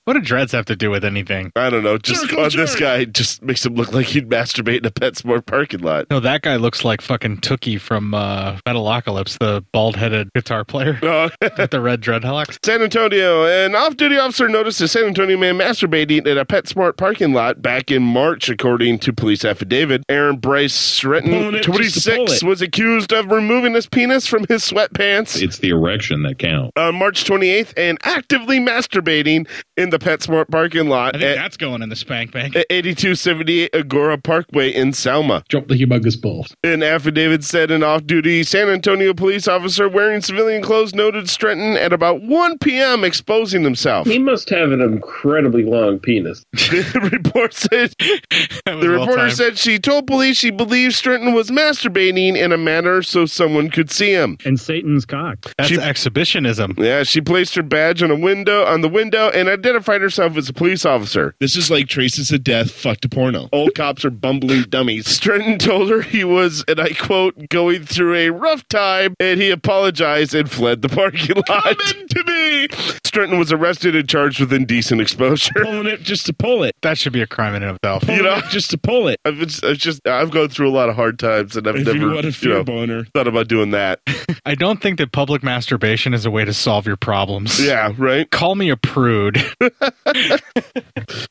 A: what do dreads have to do with anything?
B: I don't know. Just
A: Circle
B: on this
A: jerk.
B: guy just makes him look like he'd masturbate in a PetSmart parking lot.
A: No, that guy looks like fucking Tookie from uh, Metalocalypse, the bald-headed guitar player
B: Oh.
A: with the red dreadlocks.
B: San Antonio. An off duty officer noticed a San Antonio man masturbating in a PetSmart parking lot back in March, according to police affidavit. Aaron Bryce
H: Pulling
B: Sretton,
H: it, just a
B: 26,
H: bullet.
B: was accused of removing his penis from his sweatpants.
H: It's the erection that counts.
B: on March 28th and actively masturbating in the PetSmart parking lot at,
A: That's going in the spank bank.
B: at 8278 Eh, Agora Parkway in Selma.
Q: Drop the humongous balls.
B: An affidavit said an off duty San Antonio police officer wearing civilian clothes noted Strenton at about 1 p.m. exposing himself.
S: He must have an incredibly long penis.
B: the report said the
S: well
B: reporter
S: timed.
B: said she told police she believed Strenton was masturbating in a manner so someone could see him.
S: And Satan's cock.
A: That's exhibitionism.
B: Yeah, she placed her badge on a window on the window and identified herself as a police officer. This is like traces of death fucked a porno. All cops are bumbling dummies. Strenton told her he was, and I quote, going through a rough time, and he apologized and fled the parking lot. to me. Strenton was arrested and charged with indecent exposure. Pulling it just to pull it.
A: That should be a crime in and of itself.
B: you know, just to pull it. I've, it's, it's just I've gone through a lot of hard times, and I've
A: If you
B: never
A: want a fear
B: know, thought about doing that.
A: I don't think that public masturbation is a way to solve your problems.
B: Yeah, right.
A: Call me a prude.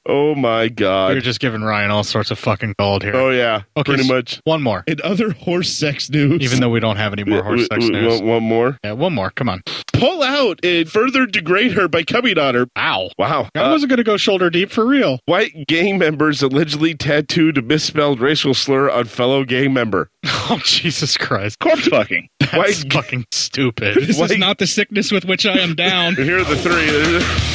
B: oh my god.
A: You're just giving Ryan all sorts of fucking gold here.
B: Oh yeah,
A: Okay,
B: pretty
A: s-
B: much.
A: One more.
B: In other horse sex news,
A: Even though we don't have any more
B: Yeah,
A: horse
B: we-
A: sex
B: we
A: news.
B: want one more?
A: Yeah, one more. Come on.
B: pull out and further degrade her by coming on her.
A: Wow.
B: Wow.
A: I wasn't going to go shoulder deep for real.
B: White gang members allegedly tattooed a misspelled racial slur on fellow gang member.
A: Oh, Jesus Christ.
B: Corpse fucking. That's
A: fucking stupid. This is not the sickness with which I am down.
B: Here are the three.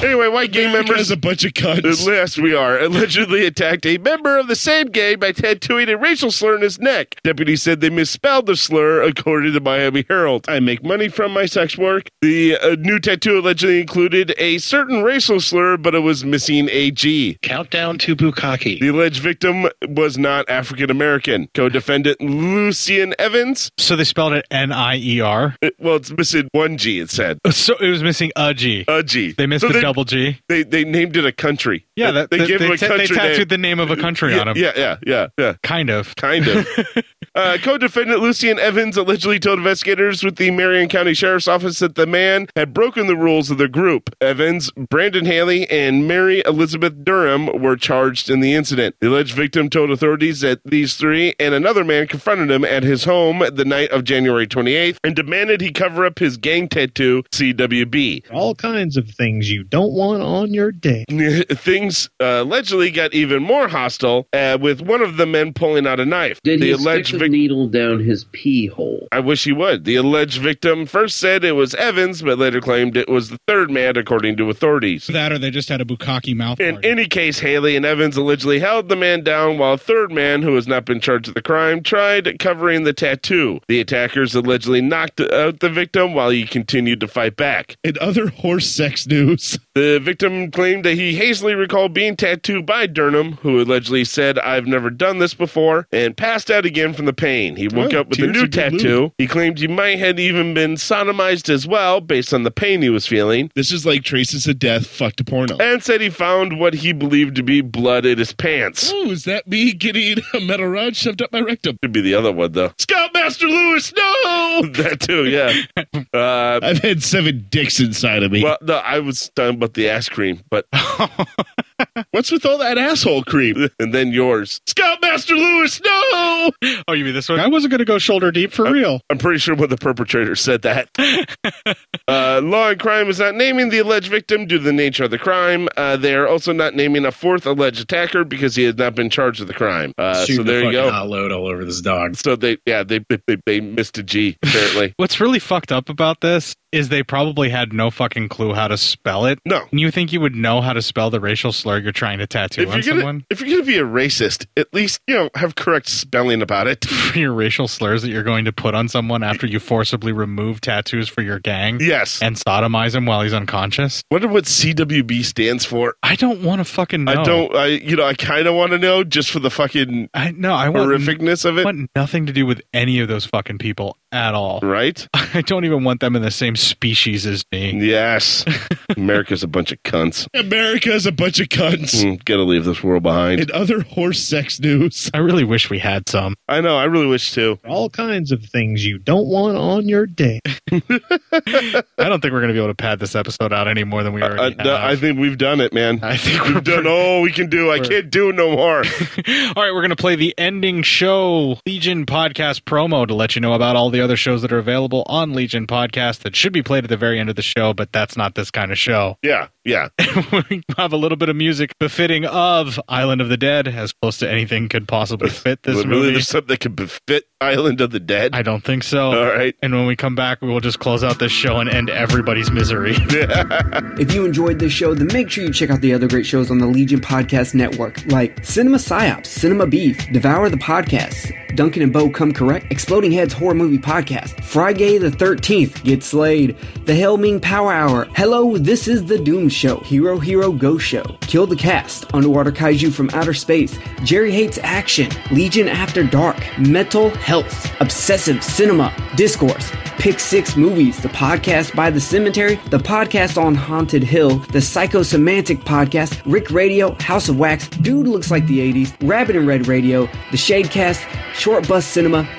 B: Anyway, white gang members
D: a bunch of cunts.
B: Unless we are allegedly attacked a member of the same gang by tattooing a racial slur in his neck. Deputy said they misspelled the slur, according to Miami Herald. I make money from my sex work. The uh, new tattoo allegedly included a certain racial slur, but it was missing a G.
S: Countdown to Bukaki.
B: The alleged victim was not African American. Co-defendant Lucian Evans.
A: So they spelled it N I E R.
B: Well, it's missing one G. It said.
A: So it was missing a G.
B: A G.
A: They missed
B: So
A: the
B: they-
A: double G.
B: They they named it a country.
A: Yeah, that,
B: they,
A: they,
B: gave
A: they
B: him a
A: ta-
B: country.
A: they tattooed the name of a country
B: yeah,
A: on him.
B: Yeah, yeah, yeah, yeah.
A: Kind of.
B: Kind of. uh, co-defendant Lucian Evans allegedly told investigators with the Marion County Sheriff's Office that the man had broken the rules of the group. Evans, Brandon Haley, and Mary Elizabeth Durham were charged in the incident. The alleged victim told authorities that these three and another man confronted him at his home the night of January 28th and demanded he cover up his gang tattoo, CWB.
S: All kinds of things you don't want on your day.
B: Things uh, allegedly got even more hostile uh, with one of the men pulling out a knife.
U: Did
B: the
U: he
B: alleged
U: stick the needle down his pee hole?
B: I wish he would. The alleged victim first said it was Evans, but later claimed it was the third man, according to authorities.
A: That or they just had a Bukaki mouth.
B: In any case, Haley and Evans allegedly held the man down while a third man, who has not been charged with the crime, tried covering the tattoo. The attackers allegedly knocked out the victim while he continued to fight back.
D: And other horse sex news.
B: The victim claimed that he hastily recalled being tattooed by Durham, who allegedly said, I've never done this before, and passed out again from the pain. He woke
D: Oh,
B: up with a
D: tears
B: new
D: are good
B: tattoo.
D: lube.
B: He claimed he might had even been sodomized as well, based on the pain he was feeling.
D: This is like traces of death fucked a porno.
B: And said he found what he believed to be blood in his pants.
D: Oh, is that me getting a metal rod shoved up my rectum?
B: Could be the other one, though. Scoutmaster Lewis, no! that too, yeah. Uh,
D: I've had seven dicks inside of me.
B: Well, no, I was talking about the ass cream, but
D: What's with all that asshole cream?
B: and then yours. Scoutmaster Lewis, no!
A: Oh, you mean this one?
B: I wasn't going to go shoulder deep for real. I'm pretty sure when the perpetrator said that. uh, law and crime is not naming the alleged victim due to the nature of the crime. Uh, they are also not naming a fourth alleged attacker because he has not been charged with the crime. Uh, so
Q: Shooting
B: there you
Q: a fucking
B: go.
Q: hot load all over this dog.
B: So they, yeah, they they, they, they missed a G apparently.
A: What's really fucked up about this is they probably had no fucking clue how to spell it.
B: No.
A: And you think you would know how to spell the racial slur you're trying to tattoo
B: if
A: on
B: you're gonna
A: someone?
B: if you're gonna be a racist, at least you know have correct spelling about it.
A: For your racial slurs that you're going to put on someone after you forcibly remove tattoos for your gang?
B: Yes.
A: And sodomize him while he's unconscious?
B: Wonder what CWB stands for.
A: I don't want to fucking know.
B: I don't. I you know I kind of want to know just for the fucking
A: I no. I want-
B: horrificness of it.
A: want nothing to do with any of those fucking people at all.
B: Right?
A: I don't even want them in the same species as me.
B: Yes. America's a bunch of cunts.
D: America's a bunch of cunts.
B: Mm, gotta leave this world behind.
D: And other horse sex news.
A: I really wish we had some.
B: I know. I really wish to.
S: All kinds of things you don't want on your day.
A: I don't think we're going to be able to pad this episode out any more than we already
B: I, I think we've done it, man.
A: I think
B: we've done all we can do. I can't do no more.
A: have. All right, we're going to play the ending show Legion podcast promo to let you know about all the other shows that are available on Legion podcast that should be played at the very end of the show, but that's not this kind of show.
B: yeah, yeah.
A: we have a little bit of music befitting of Island of the Dead, as close to anything could possibly fit this
B: Really,
A: movie.
B: there's something that could befit uh, Island of the Dead.
A: I don't think so.
B: All right.
A: And when we come back, we will just close out this show and end everybody's misery.
V: If you enjoyed this show, then make sure you check out the other great shows on the Legion Podcast Network, like Cinema Psyops, Cinema Beef, Devour the Podcast, Duncan and Bo Come Correct, Exploding Heads Horror Movie Podcast, Friday the 13th, Get Slayed, The Hellming Power Hour, Hello, This is the Doom Show, Hero Hero Go Show, Kill the Cast, Underwater Kaiju from Outer Space, Jerry Hates Action, Legion After Dark, Mental Health, Obsessive Cinema, Discourse, Pick Six Movies, the podcast by The Cemetery, the podcast on Haunted Hill, the Psychosemantic podcast, Rick Radio, House of Wax, Dude Looks Like the 80s, Rabbit and Red Radio, the Shadecast, Short Bus Cinema,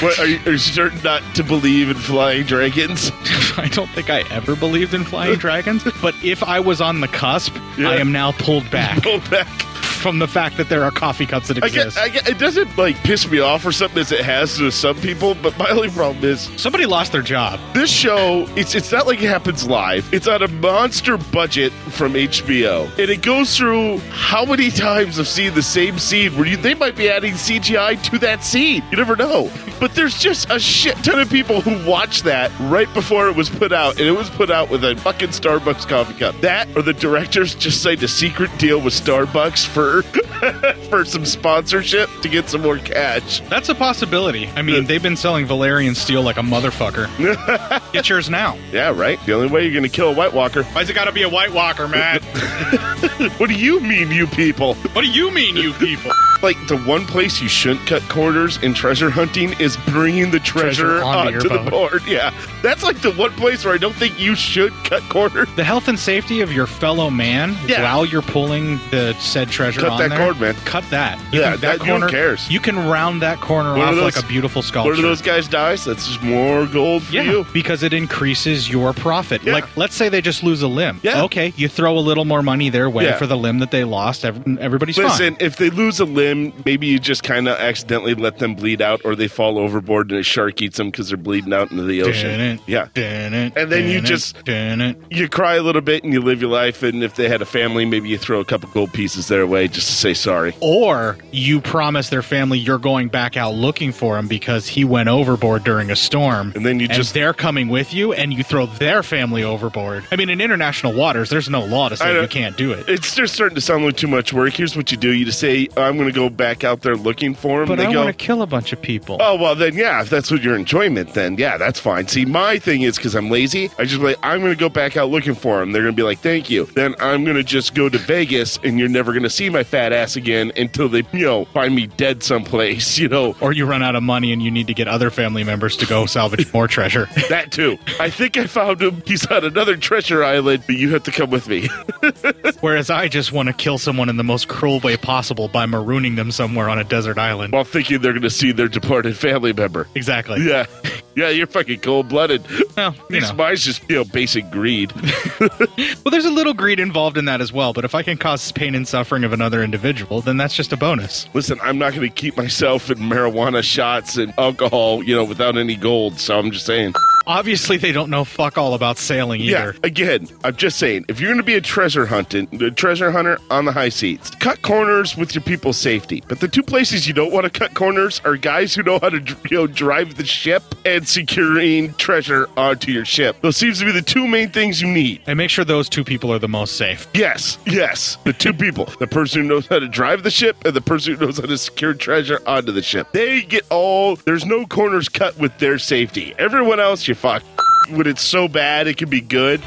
B: what, are, you, are you certain not to believe in flying dragons?
A: I don't think I ever believed in flying dragons, but if I was on the cusp, I am now pulled back.
B: Pulled back.
A: From the fact that there are coffee cups that
B: I get,
A: exist.
B: I get, it doesn't like piss me off or something as it has to some people, but my only problem is
A: somebody lost their job.
B: This show, it's it's not like it happens live. It's on a monster budget from HBO, and it goes through how many times I've seen the same scene where you they might be adding CGI to that scene. You never know, but there's just a shit ton of people who watched that right before it was put out, and it was put out with a fucking Starbucks coffee cup. That or the directors just signed a secret deal with Starbucks for for some sponsorship to get some more cash.
A: That's a possibility. I mean, they've been selling Valerian steel like a motherfucker. Get yours now.
B: Yeah, right. The only way you're going to kill a White Walker.
A: Why's it got to be a White Walker, man?
B: what do you mean, you people?
A: What do you mean, you people?
B: Like the one place you shouldn't cut corners in treasure hunting is bringing the treasure,
A: Treasure onto
B: onto,
A: your boat.
B: the board. Yeah, that's like the one place where I don't think you should cut corners.
A: The health and safety of your fellow man
B: Yeah.
A: while you're pulling the said treasure
B: Cut
A: on
B: that
A: there,
B: cord, man.
A: Cut that.
B: Yeah,
A: can-
B: that- who cares?
A: You can round that corner
B: One
A: off
B: of those-
A: like a beautiful sculpture.
B: One of those guys dies. That's just more gold for
A: Yeah,
B: you.
A: because it increases your profit.
B: Yeah.
A: Like, let's say they just lose a limb. Yeah. Okay, you throw a little more money their way
B: Yeah.
A: for the limb that they lost. Ev- Everybody's fine.
B: Listen, if they lose a limb, maybe you just kind of accidentally let them bleed out, or they fall overboard and a shark eats them because they're bleeding out into the ocean. Yeah.
A: And
B: then you just- You cry a little bit and you live your life, and if they had a family, maybe you throw a couple gold pieces their way just to say sorry.
A: Or you promise their family you're going back out looking for him because he went overboard during a storm. And
B: then you
A: just. They're coming with you and you throw their family overboard. I mean, in international waters, there's no law to
B: I
A: say
B: know.
A: you can't do it.
B: It's just starting to sound like too much work. Here's what you do: you just say, "I'm going to go back out there looking for him."
A: But
B: they
A: I
B: go,
A: want to kill a bunch of people.
B: "Oh well, then yeah, if that's what your enjoyment, then yeah, that's fine." See, my thing is because I'm lazy. I just be like, "I'm going to go back out looking for him." They're going to be like, "Thank you." Then I'm going to just go to Vegas, and you're never going to see my fat ass again until they, you know, find me dead someplace. You know,
A: Or you run out of money and you need to get other family members to go salvage more treasure.
B: that too. I think I found him. He's on another treasure island, but you have to come with me.
A: Whereas I just want to kill someone in the most cruel way possible by marooning them somewhere on a desert island.
B: While thinking they're going to see their departed family member.
A: Exactly.
B: Yeah. Yeah, you're fucking cold blooded. wanted.
A: Well,
B: These mine's just you know basic greed.
A: Well, there's a little greed involved in that as well, but if I can cause pain and suffering of another individual, then that's just a bonus.
B: Listen, I'm not going to keep myself in marijuana shots and alcohol, you know, without any gold. So I'm just saying.
A: Obviously, they don't know fuck all about sailing either.
B: Yeah, again, I'm just saying, if you're going to be a treasure hunting, a treasure hunter on the high seats, cut corners with your people's safety. But the two places you don't want to cut corners are guys who know how to you know, drive the ship and securing treasure onto your ship. Those seems to be the two main things you need.
A: And make sure those two people are the most safe.
B: Yes, yes, the two people, the person who knows how to drive the ship and the person who knows how to secure treasure onto the ship. They get all. There's no corners cut with their safety. Everyone else, you fuck. When it's so bad, it can be good.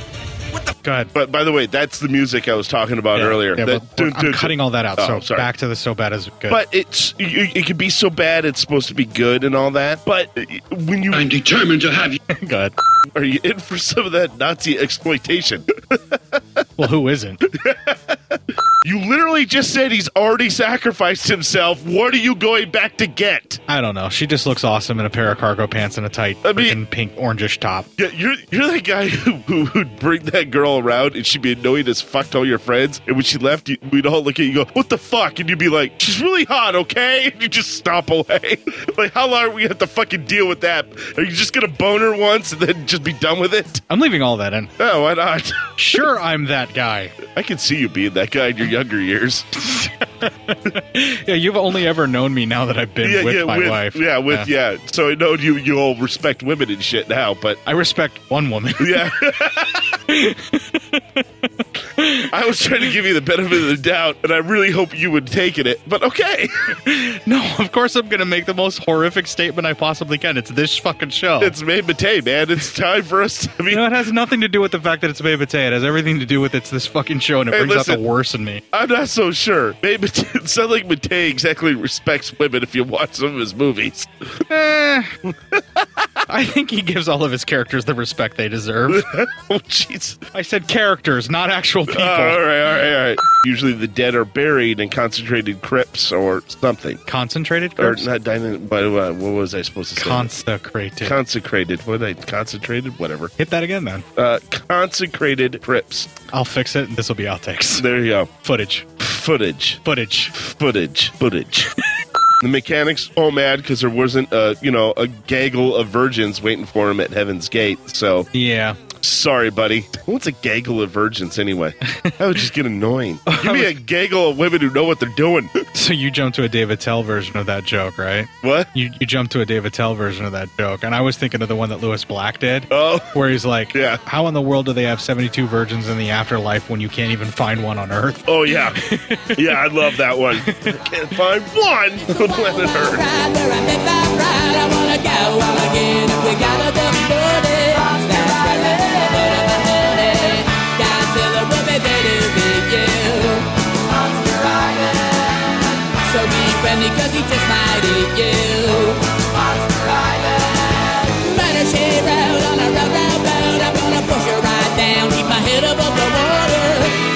A: God.
B: But by the way, that's the music I was talking about earlier.
A: Yeah,
B: That-
A: but we're- I'm
B: dun-
A: cutting all that out,
B: Oh,
A: so
B: sorry.
A: back to the so bad as good.
B: But it's you, it can be so bad it's supposed to be good and all that. But uh, when you, I'm determined to have you.
A: God,
B: are you in for some of that Nazi exploitation?
A: well, who isn't?
B: you literally just said he's already sacrificed himself. What are you going back to get?
A: I don't know. She just looks awesome in a pair of cargo pants and a tight freaking pink orangish top.
B: Yeah, you're you're that guy who, who would bring that girl around and she'd be annoyed as fuck to all your friends. And when she left, you, we'd all look at you and go, "What the fuck?" And you'd be like, "She's really hot, okay?" And you just stomp away. like, how long are we gonna have to fucking deal with that? Are you just gonna bone her once and then just be done with it?
A: I'm leaving all that in.
B: Oh, why not?
A: sure, I'm that guy.
B: I can see you being that guy in your younger years.
A: Yeah, you've only ever known me now that I've been with my
B: with,
A: wife.
B: Yeah, with yeah. So I know you you all respect women and shit now, but
A: I respect one woman.
B: Yeah. I was trying to give you the benefit of the doubt, and I really hope you would take it, but okay.
A: no, of course I'm going to make the most horrific statement I possibly can. It's this fucking show.
B: It's May Mate, man. It's time for us to be.
A: No, it has nothing to do with the fact that it's May Mate. It has everything to do with it's this fucking show and it
B: Hey,
A: brings out
B: listen.
A: the worst in me.
B: I'm not so sure. Maybe it sounds like Matei exactly respects women if you watch some of his movies.
A: Eh. I think he gives all of his characters the respect they deserve.
B: oh, jeez.
A: I said characters, not actual people.
B: Oh, all right, all right, all right. Usually the dead are buried in concentrated crypts or something.
A: Concentrated
B: Or
A: crypts?
B: not dying, but uh, what was I supposed to say?
A: Consecrated.
B: Consecrated. What did I? Concentrated? Whatever.
A: Hit that again, then.
B: Uh, consecrated crypts.
A: I'll fix it, and this will be outtakes.
B: There you go.
A: Footage.
B: Footage.
A: Footage.
B: Footage. Footage. the mechanics all mad because there wasn't a you know a gaggle of virgins waiting for him at Heaven's Gate. So
A: yeah.
B: Sorry, buddy. What's a gaggle of virgins anyway? That would just get annoying. Give me a gaggle of women who know what they're doing.
A: So you jumped to a David Tell version of that joke, right?
B: What?
A: You you jumped to a David Tell version of that joke, and I was thinking of the one that Lewis Black did.
B: Oh,
A: where he's like, yeah. how in the world do they have seventy two virgins in the afterlife when you can't even find one on Earth?
B: Oh yeah, yeah, I love that one. Can't find one on planet Earth.
E: So be friendly cause he just might eat you Monster Island Ride a shade road on a road, road, road I'm gonna push her right down Keep my head above the water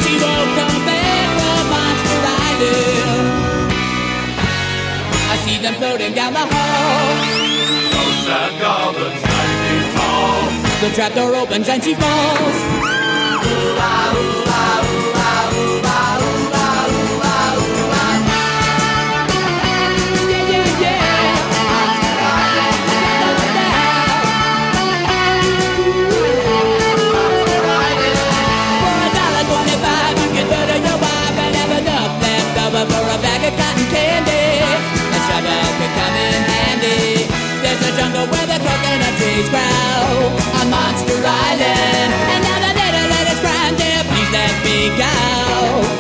E: She won't come back from Monster Island I see them floating down the hall Those are goblins like you fall The trapdoor opens and she falls Monster Island, and now the little let us grind there. Please let me go.